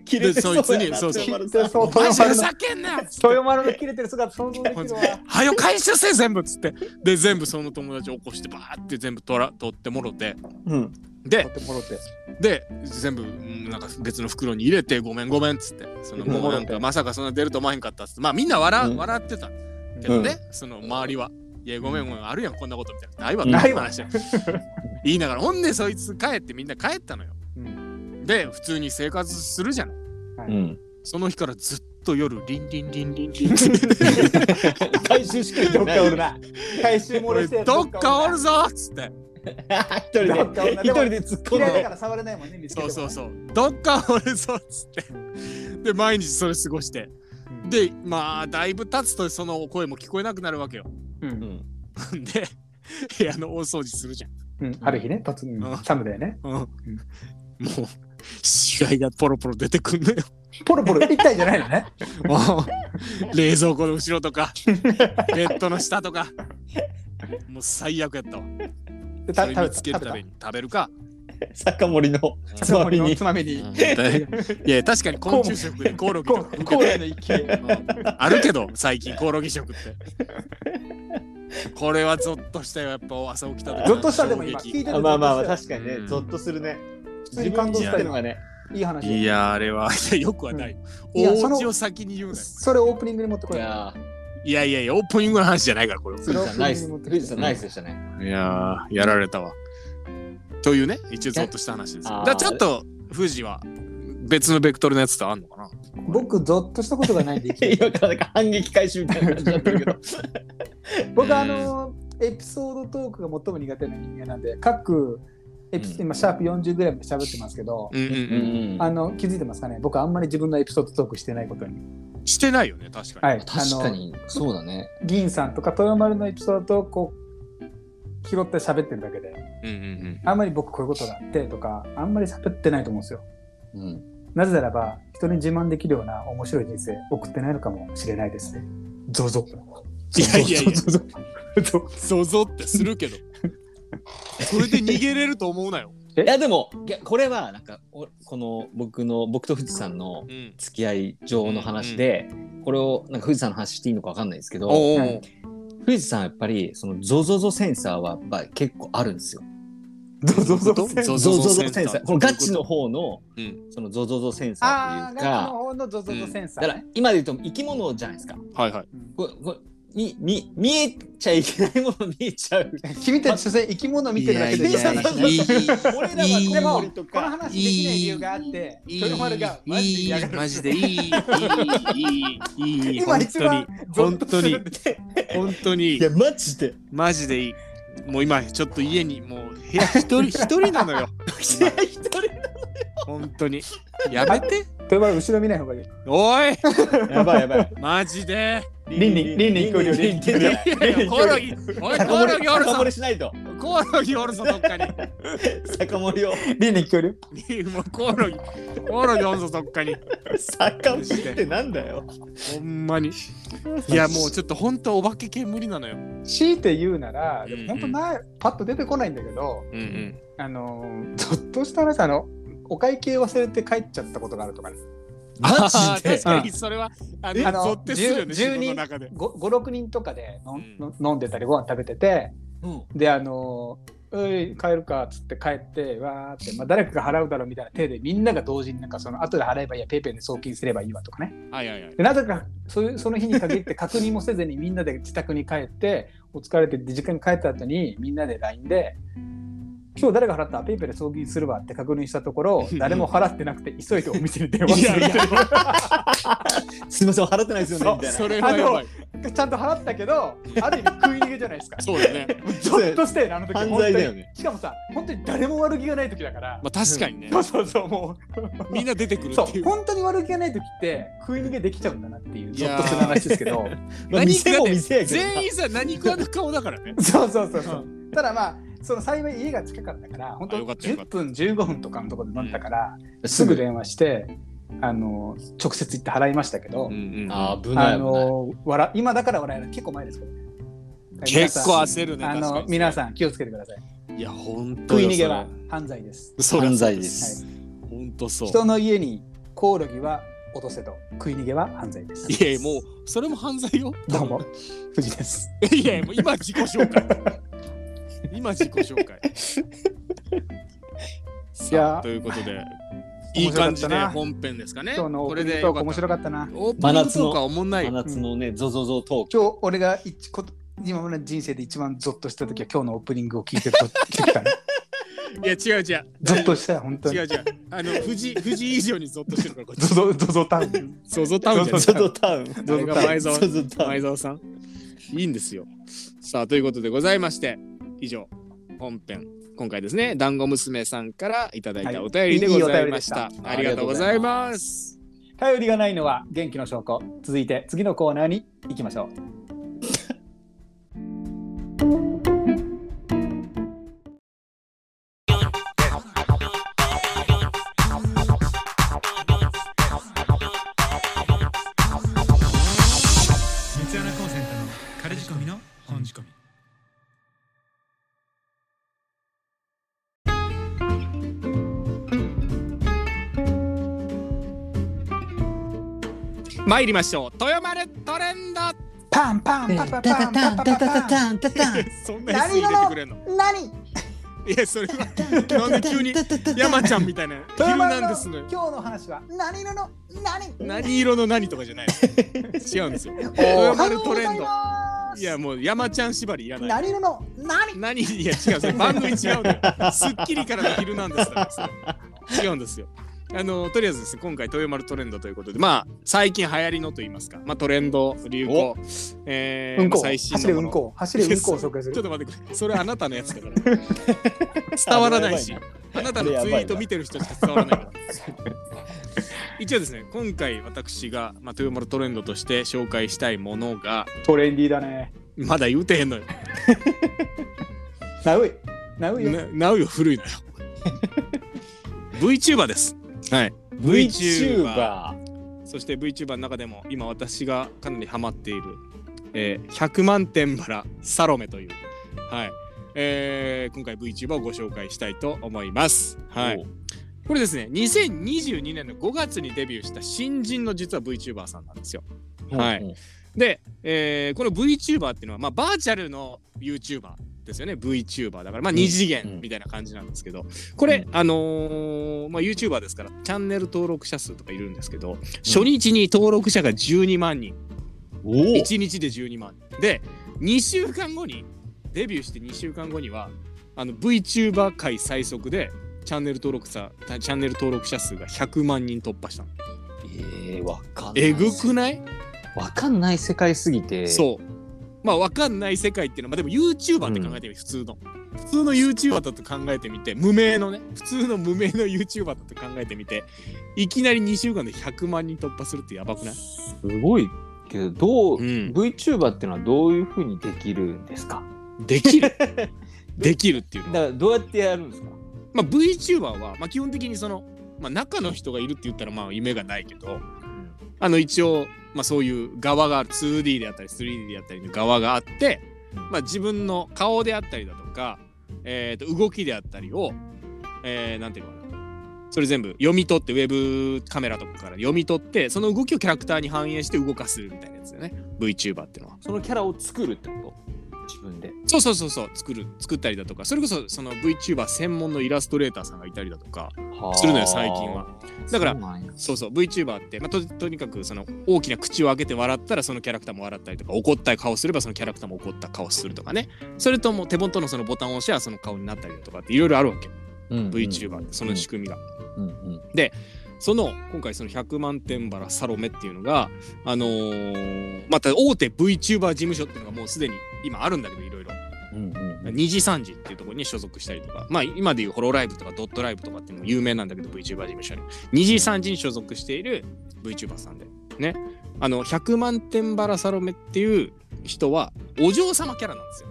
S3: 切れてそうや
S1: でそいつ
S3: な
S1: にそうそう
S3: 豊丸さん
S2: でそう
S1: マジふ
S2: 豊丸の
S1: ざけんなよっつって
S2: 豊丸の切れてる姿想像できるわ。
S1: はよ回収せ全部っつってで全部その友達起こしてバーって全部取ら取ってもろて
S3: うん
S1: で
S2: 取ってもろて。
S1: で全部うんなんか別の袋に入れてごめんごめんっつってその
S3: うん
S1: もうなんかまさかそんな出ると思わへんかったっつってまあみんな笑,、
S3: うん
S1: 笑ってたけどね、その周りは。いやごめんごめんあるやんこんなことみたいなないわ
S3: うん
S1: ない話や 言いながらほんでそいつ帰ってみんな帰ったのよ
S2: うん。
S1: で普通に生活するじゃない
S3: うん
S1: その日からずっと夜リンリンリンリンリ ン
S3: 回収しきれて
S2: どっ
S3: ない
S2: かおるな。回収漏
S1: お
S2: れ
S1: い
S2: して。
S1: どっかおる
S2: な
S1: ぞっつって
S3: 一人で
S2: どっかおるな
S3: 一人で突っ込ん
S2: 嫌いだ
S3: で
S2: から触れないもんね。見つけ
S1: そ
S2: て
S1: う
S2: も
S1: そうそう。どっか俺そうっつ って。で、毎日それ過ごして。で、まあ、だいぶ経つとその声も聞こえなくなるわけよ。
S2: うん。うん
S3: ん
S1: で、部屋の大掃除するじゃん。
S2: うん。ある日ね、突
S1: う
S2: 然
S1: ん
S2: サムだよね。
S1: うん。もう、死骸がポロポロ出てくんのよ。
S2: ポロポロ一体じゃないのね。
S1: もう、冷蔵庫の後ろと か、ベッドの下とか。もう最悪やったわ。そ
S2: でた
S1: れ
S2: 食べ
S1: 見
S2: た
S1: つけるために食べるか。
S3: 酒盛りのつまみ
S2: の
S3: に
S2: つまみ
S1: う
S2: に
S1: ん。いや、確かに昆虫食でコオロギとか受け
S2: コ
S1: てる
S2: ーラの一気。
S1: うんあるけ ど最近コオロギ食って これはゾッとしたよやっぱ朝起きた時
S2: ゾッとしたでも今
S1: 衝
S2: 聞い
S1: 撃
S2: て
S3: あ
S2: る
S3: まあまあまあ確かに
S1: う
S3: ね
S1: ん
S3: ゾッとするね
S2: 通
S3: 自
S2: に感
S3: 分
S2: 動
S3: に
S2: し
S3: した
S2: よ
S3: てるのがね
S2: いい話
S1: いやあれはいや よくはない、
S2: うんいや
S1: お
S2: その
S1: 家を先に言うなよ
S2: それをオープニングに持ってこ
S3: い
S2: い
S3: や
S1: いやいやいやオープニングの話じゃないからこれ
S3: ー
S2: それ
S3: 藤
S2: を
S3: 井さんナイス
S2: フリーに持ってくる
S3: 藤井さんナイスでしたね
S1: いやーやられたわというね一応ゾッとした話ですだ
S3: あー
S1: からちょっと富士は別のベクトルのやつとあんのかな
S2: 僕ゾッとしたことがないんで生きてる
S3: 今からなんか反撃回収みたいな感じになってるけど
S2: 僕あのエピソードトークが最も苦手な人間なんで各エピソード、
S3: うん
S2: 今シャープ40ぐらいまで喋ってますけど、
S1: うんうん
S3: う
S1: うん
S3: ん
S2: あの気づいてますかね僕あんまり自分のエピソードトークしてないことに、
S1: してないよね確かに、
S2: はい、
S3: 確か
S2: あの
S3: にそうだね
S2: 銀さんとか豊丸のエピソードトークを拾って喋ってるだけで
S1: うんうん
S2: あんまり僕こういうことがあってとかあんまり喋ってないと思うんですよ
S3: うん
S2: なぜならば人に自慢できるような面白い人生送ってないのかもしれないですねゾゾ
S1: いやいやいや
S2: ゾゾ ゾゾ
S1: うんゾゾってするけ どそれで逃げれると思うなよ、
S3: いやでもいやこれはなんかおこの僕の僕と富士山の
S1: うん、
S3: 付き合い上の話で、これをなんか富士山の話していいのかわかんないですけど
S1: おお、
S2: はい
S3: 富士山はやっぱりそのゾゾゾセンサーはやっぱり結構あるんですよ。
S2: ゾゾゾ
S1: ゾ
S3: ゾゾゾセンサーこのガチの方の
S1: うん
S3: そのゾゾゾセンサー
S2: あ
S3: っ
S2: あ
S3: ていう
S2: ガチの
S3: か
S2: 方のゾゾゾセンサ
S3: だから
S2: ーね、
S3: 今で言うと生き物じゃないですか。
S1: はいはい。
S3: こうこうみみ見えちゃいけないもの見えちゃう。
S2: 君たち所詮生き物見てるだけで
S3: いやいやいやいい
S2: 俺ら
S1: いい
S2: はでも
S3: いい
S2: この話できない理由があって豊丸がマジで嫌がる
S1: マジでいい、いい、いい、いい、
S2: 今
S1: 本
S2: 一
S1: 当に
S2: 番、ゾッとする
S1: 本当に
S3: い、やマジで。
S1: マジでいい。もう今、ちょっと家に、もう部屋一人、一人なのよ。
S3: いや一人
S1: 本当に。やめて。
S2: 豊丸後ろ見ない方がいい
S1: おい、
S3: やばいやばい。
S1: マジで。
S2: リンリンリンリン聞こえるよリンリン聞こえるよ
S1: コオロギ、おい、コオロギおる
S3: 酒盛
S1: ぞ。
S3: りしないと。
S1: コオロギおるぞ、どっかに。
S3: 酒盛りを。
S2: リンリン聞こえる
S1: もうコオロギ、コオロギおるぞ、どっかに。
S3: 酒盛りってなんだよ。
S1: ほんまに。いや、もうちょっと本当お化け系無理なのよ。
S2: 強いて言うなら
S1: うんうん
S2: でも本当前パッと出てこないんだけど
S1: うんうん。
S2: あのーゾッとした話あのお会計忘れて帰っちゃったことがあるとかね
S3: マジ
S1: あー
S3: で
S1: 確かにそれは、あの、
S2: あの
S1: ゾってするよね、
S2: じゅ
S1: 仕
S2: う
S1: 事の中で。
S2: 56人とかで飲ん
S1: うん
S2: 飲んでたりご飯食べてて
S3: うん
S2: であのうい帰るかっつって帰ってわーって、まあ、誰かが払うだろうみたいな手でみんなが同時になんかその後で払えばいいやペイペイで送金すればいいわとかね
S1: はいはいはい。
S2: でなぜかそういうその日に限って確認もせずにみんなで自宅に帰ってお疲れてで実家に帰った後にみんなで LINE で「今日誰が払ったペイペイで送金するわ」って確認したところ誰も払ってなくて急いでお店に電話する
S1: いやいや
S3: すみません、払ってないですよね。みたいな
S1: それはやばい。
S2: ちゃんと払ったけどある意味食い逃げじゃないですか
S1: そうだね。
S2: ゾッとしたよねあの時
S3: 犯罪だよ
S2: 本
S3: ね
S2: 当にしかもさ本当に誰も悪気がない時だから、
S1: まあ確かにね
S2: そ。うそうそうも
S1: みんな出てく
S2: う
S1: る
S2: そ
S1: っていうう。
S2: 本当に悪気がない時って食い逃げできちゃうんだなっていう
S1: い
S2: ゾ
S1: や
S2: ッ
S1: ー
S2: とする話ですけど
S3: まあ、
S1: 何食
S3: 店
S1: わ
S3: も
S1: ねえ
S3: 店やけどな
S1: 全員さ、何食わぬ顔だからね。
S2: そうそうそうそうただまあその幸い家が近かったから本当
S1: あよかったよか
S2: 10
S1: っ
S2: 分15分とかのところで飲んだから、す
S3: す
S2: ぐ
S3: ぐで。
S2: 電話してあの直接行って払いましたけど、
S1: うん
S3: あー危ない
S2: あ
S3: 危ない。
S2: の笑今だから笑えない結構前ですけどね
S1: 結構焦るね。
S2: あ
S1: 確か
S2: の
S1: に
S2: 皆さん気をつけてください
S1: いや、本当
S2: 食い逃げは犯罪です、
S1: そ
S3: 犯罪です。
S1: 本当そう。
S2: 人の家にコオロギは落とせと食い逃げは犯罪です
S1: いやいや、もう、それも犯罪よ。
S2: どうも藤です
S1: いやいや、もう今自己紹 介。今自己紹介。
S2: いや
S1: ということで、いい
S2: 面白か
S1: 感
S2: っ
S1: じ
S2: た
S1: で
S2: な
S1: 本編ですかね。
S2: 今日のオ
S1: こ
S2: ー
S1: れ
S2: プニング
S1: で
S2: ト
S1: よ
S2: ーク
S1: か
S2: 面
S1: った
S2: 白かったな
S1: オープニングとかおもんない
S3: 真
S1: よ。
S3: 夏のね、ゾゾゾトーク。
S2: 今日俺が一こ今までの人生で一番ゾッとした時は今日のオープニングを聞いてゾッとしたね
S1: いや、違う違う。
S2: ゾッとしたよ本当に
S1: 違う違う。あの、富士、富士以上にゾッとしてるから、こっ
S2: ゾ
S1: ち。
S2: ゾゾゾタウン
S1: ゾゾタウンじゃない
S3: ゾゾタウン。ゾ
S1: あれが前澤
S3: ゾタウン
S1: 前。澤さん。いいんですよ。さあ、ということでございまして、以上、本編。今回ですね、団子娘さんからいただいたお便りでございました。
S2: は
S3: いお
S2: い
S3: 便りでした
S1: ありがとうございます。
S2: 頼りがないのは元気の証拠続いて次のコーナーに行きましょう
S4: 三ツ穴コンセントの仮仕込みの本仕込み
S1: 参りましょう。豊丸トレンド
S2: パンパンパパパンパパパパン
S1: そんな S 入れてくれんの
S2: 何
S1: いや、それは、なんで急に山ちゃんみたいな、ヒルナンデスの
S2: 今日の話は何色の何
S1: 何色の何とかじゃないの。違うんですよ。
S2: お
S1: 豊
S2: は
S1: 丸
S2: よう
S1: ト
S2: ござ
S1: レン
S2: い
S1: ド。
S2: ます
S1: いや、もう山ちゃん縛りいらない。
S2: 何色の何
S1: 何いや違うそれ番組違うのよ。スッキリからの昼なんですからそれ違うんですよ。あのとりあえずですね今回豊丸トレンドということでまあ最近流行りのと言いますかまあトレンド流行えー
S2: うんこ
S1: まあ最
S2: 走
S1: 新
S2: れ
S1: の
S2: うん
S1: もの
S2: こ走れうんこを紹介す
S1: ちょっ
S2: る
S1: と待ってくれそれあなたのやつだから 伝わらないし
S3: あれやば
S1: あなたのツイート見てる人しか伝わらないか ら一応ですね今回私が、まあ、豊丸トレンドとして紹介したいものが
S2: トレンディーだね
S1: まだ言うてへんのよ
S2: なういなういよ
S1: ななうよ古いのよ VTuber ですはい VTuber
S3: VTuber。
S1: そして VTuber の中でも今私がかなりハマっている、えー100万点バラサロメというはいえー今回 VTuber をご紹介したいと思いますはいこれですね2022年の5月にデビューした新人の実は VTuber さんなんですよ
S3: お。
S1: はい
S3: うん。
S1: で、えーこの VTuber っていうのは、まあ、バーチャルの YouTuber ですよね VTuber だから、まあ、
S3: ん
S1: 2次元みたいな感じなんですけど、これ、あのーまあ、YouTuber ですからチャンネル登録者数とかいるんですけど初日に登録者が12万人
S3: おー
S1: 1日で12万人で2週間後にデビューして2週間後にはあの VTuber 界最速でチャンネル登録者チャンネル登録者数が100万人突破したの
S3: えー、わかんない。
S1: えぐくない
S3: わかんない世界すぎて。
S1: そう。まあ、わかんない世界っていうのは、まあ、でも YouTuber って考えてみて、普通の。普通の YouTuber だと考えてみて、無名のね、普通の無名の YouTuber だと考えてみて、いきなり2週間で100万人突破するってやばく ない
S3: すごいけど、どう、
S1: うん
S3: VTuber っていうのはどういうふうにできるんですか
S1: できるできるっていう
S3: だ
S1: の
S3: か
S1: は。
S3: らどうやってやるんですか
S1: まあ、VTuber は、まあ、基本的にその、まあ、中の人がいるって言ったら、まあ、夢がないけど、あの、一応、まあ、そういう側がある 2D であったり 3D であったりの側があって、まあ、自分の顔であったりだとか、えーと動きであったりを、えーなんていうのかなそれ全部読み取ってウェブカメラとかから読み取ってその動きをキャラクターに反映して動かすみたいなやつだよね VTuber ってのは
S3: そのキャラを作るってこと自分で。
S1: そうそうそうそう作る作ったりだとかそれこそその VTuber 専門のイラストレーターさんがいたりだとかするのよ最近は。だから
S3: そうなんや
S1: そうそう VTuber って、まあ、ととにかくその大きな口を開けて笑ったらそのキャラクターも笑ったりとか怒った顔すればそのキャラクターも怒った顔するとかねそれとも手元のそのボタンを押しゃその顔になったりだとかっていろいろあるわけ
S3: うんうん
S1: VTuber ってその仕組みが。
S3: うんうん
S1: でその今回その100万点バラサロメっていうのがあのーまた大手 VTuber 事務所っていうのがもうすでに今あるんだけどいろいろ
S3: うんうん
S1: 二次三次っていうところに所属したりとかまあ今でいうホロライブとかドットライブとかっていうのも有名なんだけど VTuber 事務所に二次三次に所属している VTuber さんでねあの100万点バラサロメっていう人はお嬢様キャラなんですよ。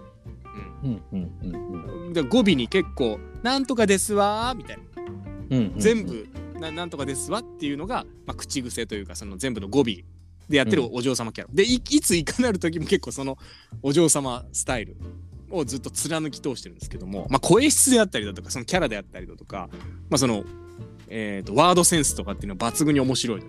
S3: うんうんうんうん
S1: で語尾に結構「なんとかですわ」みたいな
S3: うんうん
S1: 全部な「なんとかですわ」っていうのが、まあ、口癖というかその全部の語尾でやってるお嬢様キャラ、でいいついかなる時も結構そのお嬢様スタイルをずっと貫き通してるんですけども、まあ、声質であったりだとかそのキャラであったりだとか、まあ、その、えー、とワードセンスとかっていうのは抜群に面白い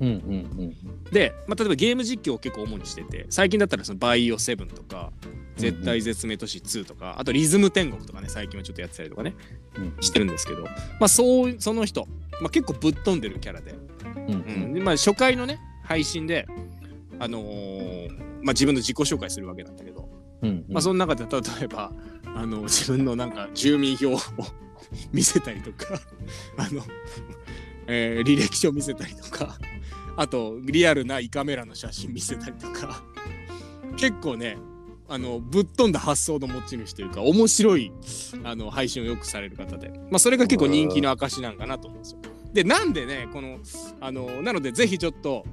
S3: うんうんうん
S1: で、まあ、例えばゲーム実況を結構主にしてて最近だったらそのバイオセブンとか絶対絶命都市2とかあとリズム天国とかね最近はちょっとやってたりとかね
S3: うん
S1: してるんですけど、まあ、そうその人、まあ、結構ぶっ飛んでるキャラで,、
S3: うんう
S1: うんんでまあ、初回のね配信で、あのーまあ、自分の自己紹介するわけなんだけど、
S3: うん
S1: まあ、その中で例えばあの自分のなんか住民票を 見せたりとかあの、えー履歴書見せたりとかあとリアルな胃カメラの写真見せたりとか 結構ねあのぶっ飛んだ発想の持ち主というか面白いあの配信をよくされる方で、まあ、それが結構人気の証なんかなと思うんですよ。でなんでねこのあのなのでぜひちょっと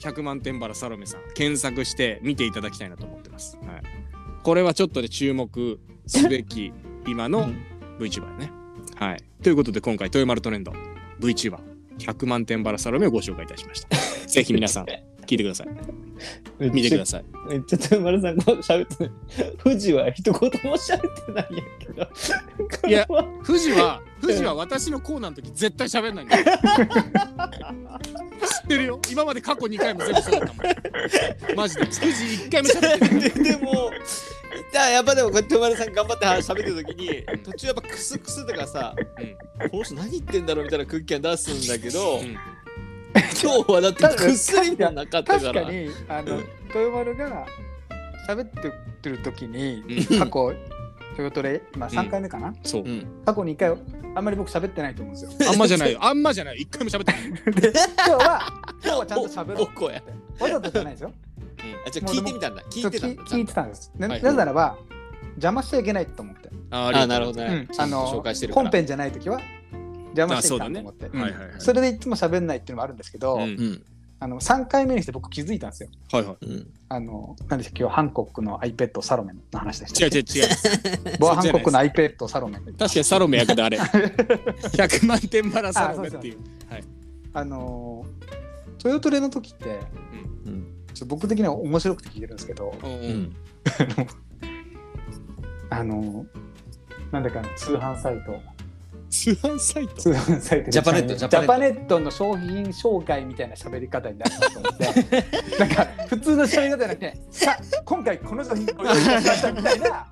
S1: 100万点バラサロメさん検索して見ていただきたいなと思ってます。はい、これはちょっとで注目すべき今の VTuber ね。はい、ということで今回豊丸トレンド VTuber100 万点バラサロメをご紹介いたしました。ぜひ皆さん聞いてください。見てください。
S3: めっちゃ豊丸さんが喋ってない富士は一言も喋ってないんやけどこれは
S1: 富士は富士は私のコーナーの時絶対喋んないんだよ知ってるよ今まで過去2回も全部喋ったもんマジで富士1回も喋ってない
S3: ででもじゃあやっぱでもこうやって丸さん頑張って話喋ってる時に途中やっぱクスクスとかさ、この人何言ってんだろうみたいな空気感出すんだけど、
S1: うん
S3: 今日はだってクスリもなかった
S2: 確
S3: か
S2: からにあ
S3: う
S2: の
S3: ん
S2: 豊丸が喋ってる時に
S1: うん
S2: 過去豊トレ今3回目かな、
S1: そう
S3: うん
S2: 過去2回あんまり僕喋ってないと思う んですよ
S1: あんまじゃないよあんまじゃない1回も喋ってない
S2: 今日は今日はちゃんと喋ろ
S3: おお
S2: う
S3: こや
S2: わざとじゃないですよ
S3: あじゃあ聞いてみたんだ聞いてたんだ
S2: 聞いてたんです、ね
S1: はい
S2: なぜならば邪魔しちゃいけないと思って、
S1: あ
S3: あなるほ
S1: ど
S3: どね、
S2: うん
S3: ちゃ
S2: あ
S3: んと紹
S2: の
S3: 介してるから
S2: 本編じゃない時は邪魔してきたと思って
S1: ねはいはいはい
S2: それでいつも喋んないっていうのもあるんですけど、
S1: うん
S3: うん
S2: あの3回目にして僕気づいたんですよ
S1: はいは
S3: うん
S2: あの何でしたっけ今日ハンコックの iPad サロメの話でし
S1: い違う
S2: た
S1: 違う違う
S2: ボアハンコックの iPad サロメ
S1: 確かにサロメ役であれ100万点バラサロメっていう
S2: あのトヨトレの時って
S3: うん
S2: ちょっと僕的には面白くて聞いてるんですけど
S1: うんう
S3: うんん
S2: あのなんだか通販サイト
S1: 通販サイト
S2: 通販サイト
S3: ジャパネット
S2: ジ
S3: ジャパネット
S2: ャパネットの商品紹介みたいな喋り方になるなと思って なんか普通の喋り方じゃなくてさあ今回この商品ご用意いたしましたみたいな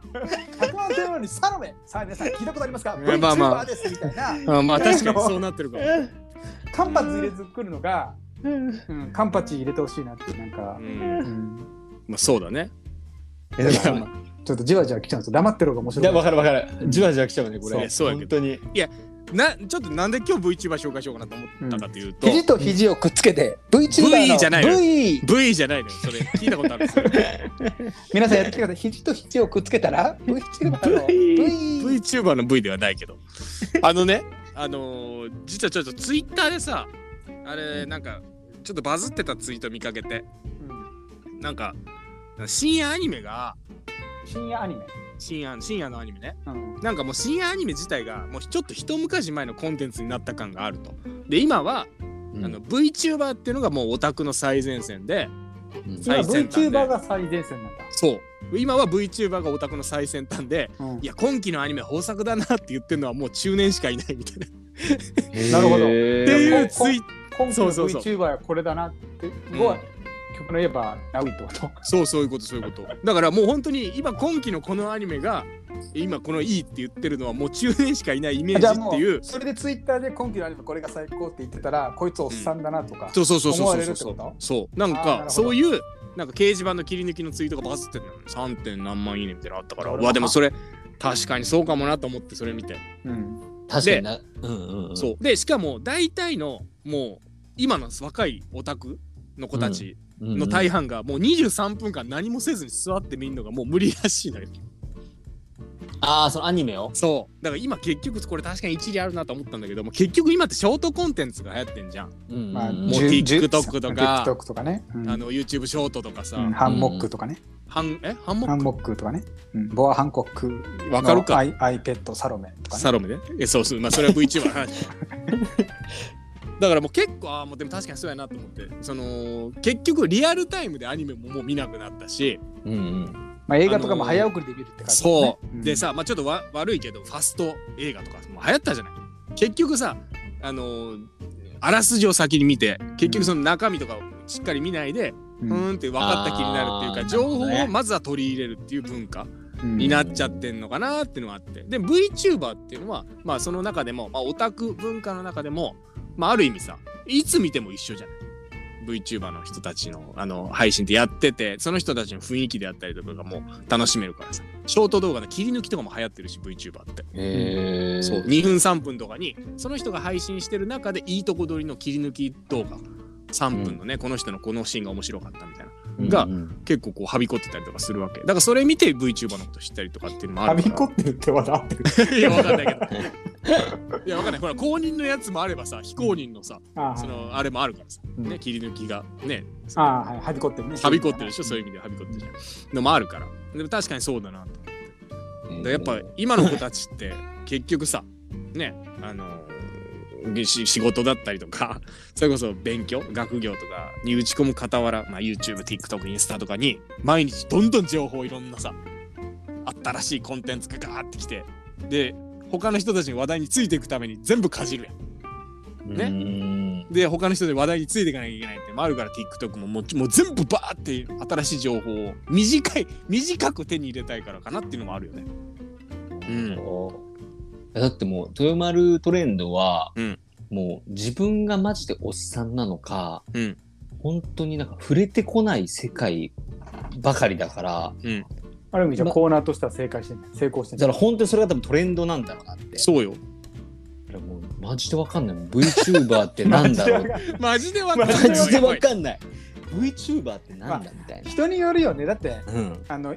S2: 100 万点のようにサロメさあ皆さん聞いたことありますか
S1: やまあまあ
S2: VTuber ですみたいな
S1: あ まあ確かにそうなってるかも
S2: 間髪入れずくるのが、うん、間髪入れてほしいなってなんか
S1: う、ん
S2: うん、
S1: まあそうだね
S3: いやだから
S1: いや
S2: ちょっとじわじわ来ちゃうんですよ黙ってる方が面
S3: いや
S2: 白
S3: わ
S2: い
S3: かるわかるじわじわ来ちゃうねこ
S1: そう
S3: れ
S1: そうやけ
S3: 本当に
S1: なちょっとなんで今日 VTuber 紹介しようかなと思ったかというと
S2: 肘と肘をくっつけて VTuber の
S1: V じゃないの
S2: V
S1: V じゃないのよそれ聞いたことあるん ですよ
S2: 皆さんやってくだ さい肘と肘をくっつけたら VTuber の V
S1: VTuber の V ではないけど あのねあのー実はちょっと Twitter でさあれなんかちょっとバズってたツイート見かけてなんか深夜アニメが
S2: 深夜アニメ、
S1: 深夜深夜のアニメね
S2: うん、
S1: なんかもう深夜アニメ自体がもうちょっと一昔前のコンテンツになった感があるとで今は、あの VTuber っていうのがもうオタクの最前線で
S3: うん
S2: 今
S1: 最先端で
S2: VTuber が最前線なんだ、
S1: そう今は VTuber がオタクの最先端で
S2: うん
S1: いや今期のアニメ豊作だなって言ってるのはもう中年しかいないみたいな
S2: なるほど
S1: っ
S3: へ
S1: て
S3: ー
S1: いうツイ
S2: 今期
S1: そ
S2: の
S1: うそうそう
S2: VTuber はこれだなって
S1: ん
S2: ごい、曲の言えばナウイって こと
S1: そうそういうことそういうことだからもう本当に今今期のこのアニメが今このいいって言ってるのはもう中年しかいないイメー
S2: じ
S1: ジ
S2: ゃあも
S1: っていう
S2: うそれでツイッターで今期のアニメこれが最高って言ってたらこいつおっさんだなとか、
S1: そうそうそう
S2: 思
S1: そ
S2: わ
S1: う
S2: れる
S1: そ
S2: っ
S1: う
S2: て
S1: そ
S2: こ
S1: う
S2: と
S1: そうなん
S2: あーなるほ
S1: か
S2: ど
S1: そういうなんか掲示板の切り抜きのツイートがバズってるのよ 3. 点何万いいねみたいなのあったから
S2: なる
S1: う
S2: ほど
S1: わでもそれ確かにそうかもなと思ってそれ見て
S2: うん
S3: 確かにな。うんうんうん。
S1: そうでしかも大体のもう今の若いオタクの子たち
S3: うんうん。
S1: の大半がもう23分間何もせずに座って見るのがもう無理らしいのよ。
S3: ああ、そのアニメを。
S1: そうだから今結局これ確かに一理あるなと思ったんだけども結局今ってショートコンテンツが流行ってんじゃん。
S3: うんうんうん
S2: まあ、
S1: もう TikTok とか
S2: TikTok とかね、うん
S1: あの YouTube ショートとかさ、
S2: うんハンモックとかね、
S1: ハンえハンモ
S2: ハ
S1: ッ
S2: ンモックとかね、うんボアハンコック
S1: クわかる
S2: のア
S1: か
S2: イ iPad サロメとかね
S1: サロメねえそうそうまあそれは VTuber の話だからもう結構ああもうでも確かにそうやなと思ってその結局リアルタイムでアニメももう見なくなったし
S3: うんうん。
S2: まあ、映画とかも早送りで見るって感じだね、
S1: そう、
S2: ん
S1: で、さまあちょっとわ悪いけどファスト映画とかもう流行ったじゃない結局さあのーあらすじを先に見て結局その中身とかをしっかり見ないで、
S2: う
S1: うんん、ーんって分かった気になるっていうか
S3: あー
S1: 情報
S3: なるほど
S1: を
S3: ね
S1: まずは取り入れるっていう文化
S2: うん
S1: になっちゃってんのかなっていうのはあってで VTuber っていうのはまあその中でも、まあ、オタク文化の中でも、まあ、ある意味さいつ見ても一緒じゃない VTuber の人たちのあの配信ってやっててその人たちの雰囲気であったりとかがもう楽しめるからさショート動画の切り抜きとかも流行ってるし VTuber って、
S3: へえ。
S1: そう。2分3分とかにその人が配信してる中でいいとこ取りの切り抜き動画3分のね、この人のこのシーンが面白かったみたいなが結構こうはびこってたりとかするわけだからそれ見て VTuber のこと知ったりとかっていうのもあ
S2: は
S1: るから
S2: びこってるって笑ってる。
S1: いや、わかんないけど。いや、わかんない。ほら、公認のやつもあればさ、非公認のさ、
S2: あ
S1: その、あれもあるからさ、
S2: うん
S1: ね、切り抜きが、ね、
S2: あ、ああはい、はびこってるね。
S1: はびこってるでしょ、そういう
S2: う。
S1: 意味ではびこってるじゃんのもあるから。でも確かにそうだなと思って。
S3: うん
S1: でやっぱ、今の子たちって、結局さ、ね、あのーし仕事だったりとかそれこそ勉強学業とかに打ち込む傍ら、まあ、YouTubeTikTok インスタとかに毎日どんどん情報いろんなさ新しいコンテンツがガーってきてで他の人たちに話題についていくために全部かじるやんね
S3: ね。
S1: で他の人で話題についていかなきゃいけないってもあるから TikTok ももうもう全部バーって新しい情報を短い短く手に入れたいからかなっていうのもあるよねうん
S3: いやだってもう豊丸トレンドは、
S1: うん
S3: もう自分がマジでおっさんなのか、
S1: うん
S3: 本当になんか触れてこない世界ばかりだから
S2: ある意味じゃ
S3: ま
S2: コーナーとしては正解してんね成功してん
S3: だ
S2: ね
S3: から本当にそれが多分トレンドなんだろうなって
S1: そうよ
S3: だからもうマジでわかんない VTuber ってなんだろう
S1: マジでわかんない
S3: マジでわかんない VTuber ってなんだみたいな、
S2: 人によるよね。だって、
S3: うん
S2: あの、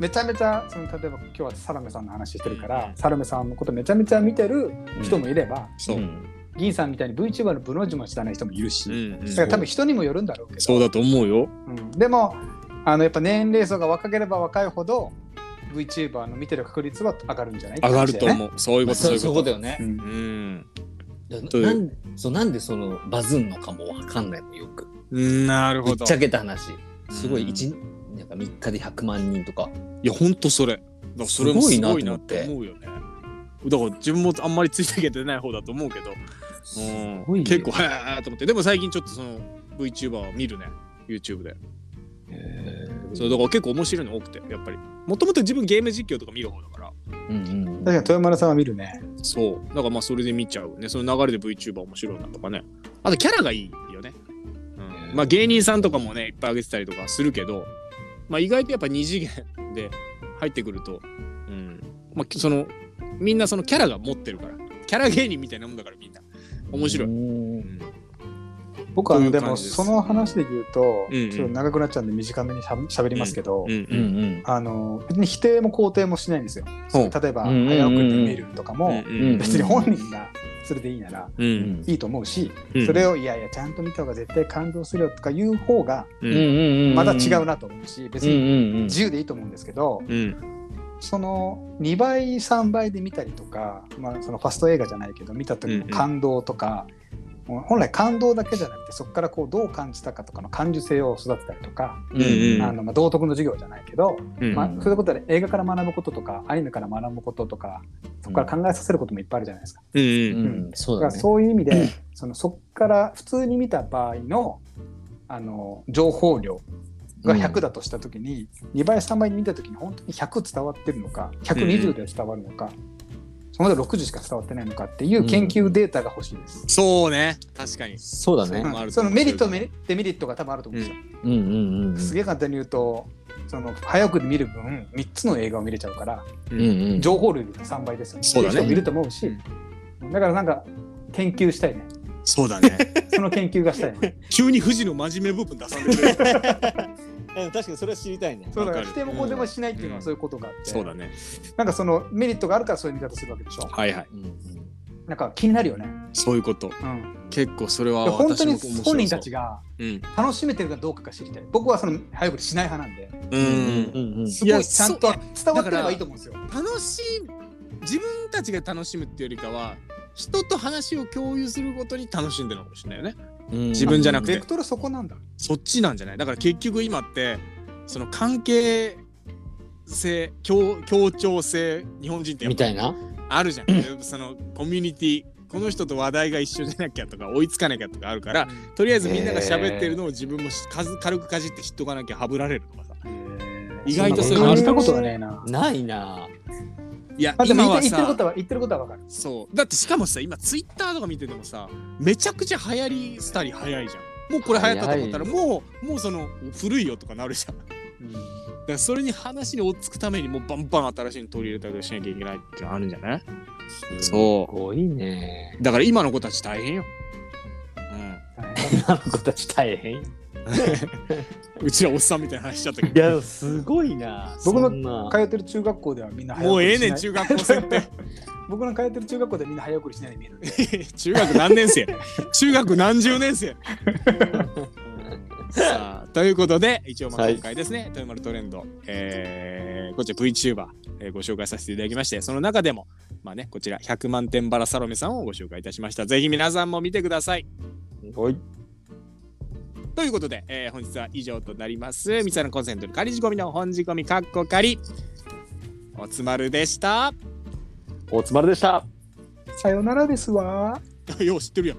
S2: めちゃめちゃ、その例えば今日はサラメさんの話してるから、
S1: うん
S2: サラメさんのことめちゃめちゃ見てる人もいれば、
S1: そう、
S3: う
S1: うん
S3: ん
S2: 銀さんみたいに VTuber のブロージも知らない人もいるし、
S1: うん
S2: だから多分人にもよるんだろうけど、
S1: そうだと思うよ
S2: うんでもあのやっぱ年齢層が若ければ若いほど VTuber の見てる確率は上がるんじゃない
S1: 上がると
S2: う。
S1: 思う、そういう
S3: ま
S1: こ
S3: あ
S1: とそう
S3: そ
S1: いううこ
S3: そういうこととよね
S2: う、ん
S1: うん
S3: だから
S1: という
S3: なんそうなんでそのバズんのかもわかんないのよく
S1: うんなる
S3: ぶ
S1: ほ
S3: っ
S1: ど
S3: ちゃけた話すご
S1: うん
S3: い一なんか3日で100万人とか
S1: いやほんとそれだからそれもす
S3: す
S1: ご
S3: ご
S1: い
S3: い
S1: な
S3: な
S1: っ
S3: ってて
S1: 思うよねだから自分もあんまりついていけてない方だと思うけど
S3: す
S1: う
S3: ご
S1: ん
S3: いよ
S1: 結構はやーと思ってでも最近ちょっとその VTuber を見るね YouTube で
S3: へー
S1: そうだから結構面白いの多くてやっぱりもともと自分ゲーム実況とか見る方だから
S3: うんうん
S2: 確かに豊丸さんは見るね。
S1: そうだからまあそれで見ちゃうねその流れで VTuber 面白いなとかねあとキャラがいいよね、うん、まあ芸人さんとかもねいっぱい上げてたりとかするけどまあ意外とやっぱ二次元で入ってくるとうんまあそのみんなそのキャラが持ってるからキャラ芸人みたいなもんだからみんな面白い、
S3: う
S1: うん
S3: ん
S2: 僕はあの
S1: こうい
S2: で
S1: う感
S2: も
S1: じです
S2: その話で言うと、
S1: うんうん
S2: ちょっと長くなっちゃうんで短めにしゃしゃべりますけど、
S1: うん
S3: うんうん
S2: あの別に否定も肯定もしないんですよ。
S1: ほう
S2: 例えば
S3: うんうんうん
S2: 早送りで見るとか
S1: う
S2: も
S1: ん
S2: 別に本人がそれでいいなら
S1: う
S3: うんん
S2: いいと思うし、
S1: うん
S2: それをいやいやちゃんと見た方が絶対感動するよとか言う方が
S1: う
S3: うん
S1: ん
S3: うんうんうん
S2: また違うなと思うし別
S3: うんう
S2: に
S3: んうん
S2: 自由でいいと思うんですけど、
S1: うん
S2: その2倍3倍で見たりとか、まあ、そのファスト映画じゃないけど見た時の感動とか、もう本来感動だけじゃなくてそこからこうどう感じたかとかの感受性を育てたりとか、
S3: うんうん
S2: あのまあ道徳の授業じゃないけど、
S1: うん
S2: まあ、そういうことで映画から学ぶこととかアニメから学ぶこととかそこから考えさせることもいっぱいあるじゃないですか。
S1: うん
S3: う
S1: うん
S3: んうんそうだ
S2: だから
S3: ね
S2: そういう意味 でそのそこから普通に見た場合のあの情報量が100だとした時に、2倍3倍に見た時に本当に100伝わってるのか120で伝わるのか、そので60しか伝わってないのかっていう研究データが欲しいです。
S1: そうね確かに
S3: そうだね
S1: ん
S2: うんそのメリットメリデメリットが多分あると思うんですよ。
S3: うんうんうん
S2: すげえ簡単に言うとその早く見る分3つの映画を見れちゃうから
S1: う
S3: うんうん
S2: 情報量が3倍ですよね。
S1: そうだね
S2: っていう人もいると思うし、
S1: うん
S2: だからなんか研究したいね。
S1: そうだね。
S2: その研究がしたいね。
S1: 急に富士の真面目部分出されてくれる。
S3: うん確かにそれは知りたいね。
S2: そうだから
S1: わかる
S2: 否定も肯定もしないっていうのはそういうことがあって、
S1: そうだね。
S2: なんかそのメリットがあるからそういう見方するわけでしょ。
S1: はいはい。
S3: うんうん
S2: なんか気になるよね。
S1: そういうこと。
S2: うん。
S1: 結構それは
S2: で本当
S1: 私も
S2: に
S1: 面白そう。
S2: 本人たちが
S1: うん。
S2: 楽しめてるかどうかが知りたい。僕はその早送りしない派なんで、
S1: う
S3: うん
S1: ん。
S3: うんうん
S2: す
S1: い
S2: ご
S1: や
S2: いちゃんと伝わってれ
S1: だか
S2: ば
S1: ら
S2: いいと思うんですよ。
S1: 楽しい。自分たちが楽しむっていうよりかは、人と話を共有することに楽しんでるのかもしれないよね。
S3: うん
S1: 自分じゃなくて
S2: ベクトルそこなんだ。
S1: そっちなんじゃないだから結局今ってその関係性協協調性日本人ってやっ
S3: み
S1: ぱ
S3: たいな。
S1: あるじゃんそのコミュニティこの人と話題が一緒じゃなきゃとか追いつかなきゃとかあるからとりあえずみんなが喋ってるのを自分もし数軽くかじって知っとかなきゃはぶられるとかさ意外とそ
S2: そ
S1: れ
S2: う感じ
S1: あ
S2: た
S1: る
S2: ことがねえな。
S3: ないな。
S1: いや
S2: あでも
S1: 今
S2: 言っ
S1: はさ
S2: て言ってることは言ってることは わかる。
S1: そうだってしかもさ今ツイッターとか見ててもさめちゃくちゃ流行りしたり早いじゃんもうこれ流行ったと思ったらもうもうその古いよとかなるじゃんだからそれに話に追っつくためにもうバンバン新しいの取り入れたりしなきゃいけないっていうのあるんじゃない
S3: す
S1: そ
S3: ごいね。
S1: うだから今の子たち大変よ、
S3: あの子たち大変。い
S1: うん、うちらおっさんみたいな話しちゃったけど
S3: や、すごいな。
S2: 僕の
S3: そんな
S2: 通ってる中学校ではみんな早
S1: もう
S2: 送
S1: え
S2: り
S1: え
S2: しない
S1: ねん中学校生って
S2: 僕の通ってる中学校ではみんな早送りしないで見える。
S1: 中学何年生中学何十年生 さあということで一応まあ
S3: はい
S1: 今回ですね、豊丸トレンド、えーこちら VTuber、えーご紹介させていただきましてその中でもまあねこちら100万点バラサロメさんをご紹介いたしましたぜひ皆さんも見てください
S3: おい
S1: ということで、えー本日は以上となります。ミサのコンセントの仮仕込みの本仕込みかっこ仮。おつまるでした。
S3: おつまるでした。
S2: さよならですわ。
S1: よう知ってるやん。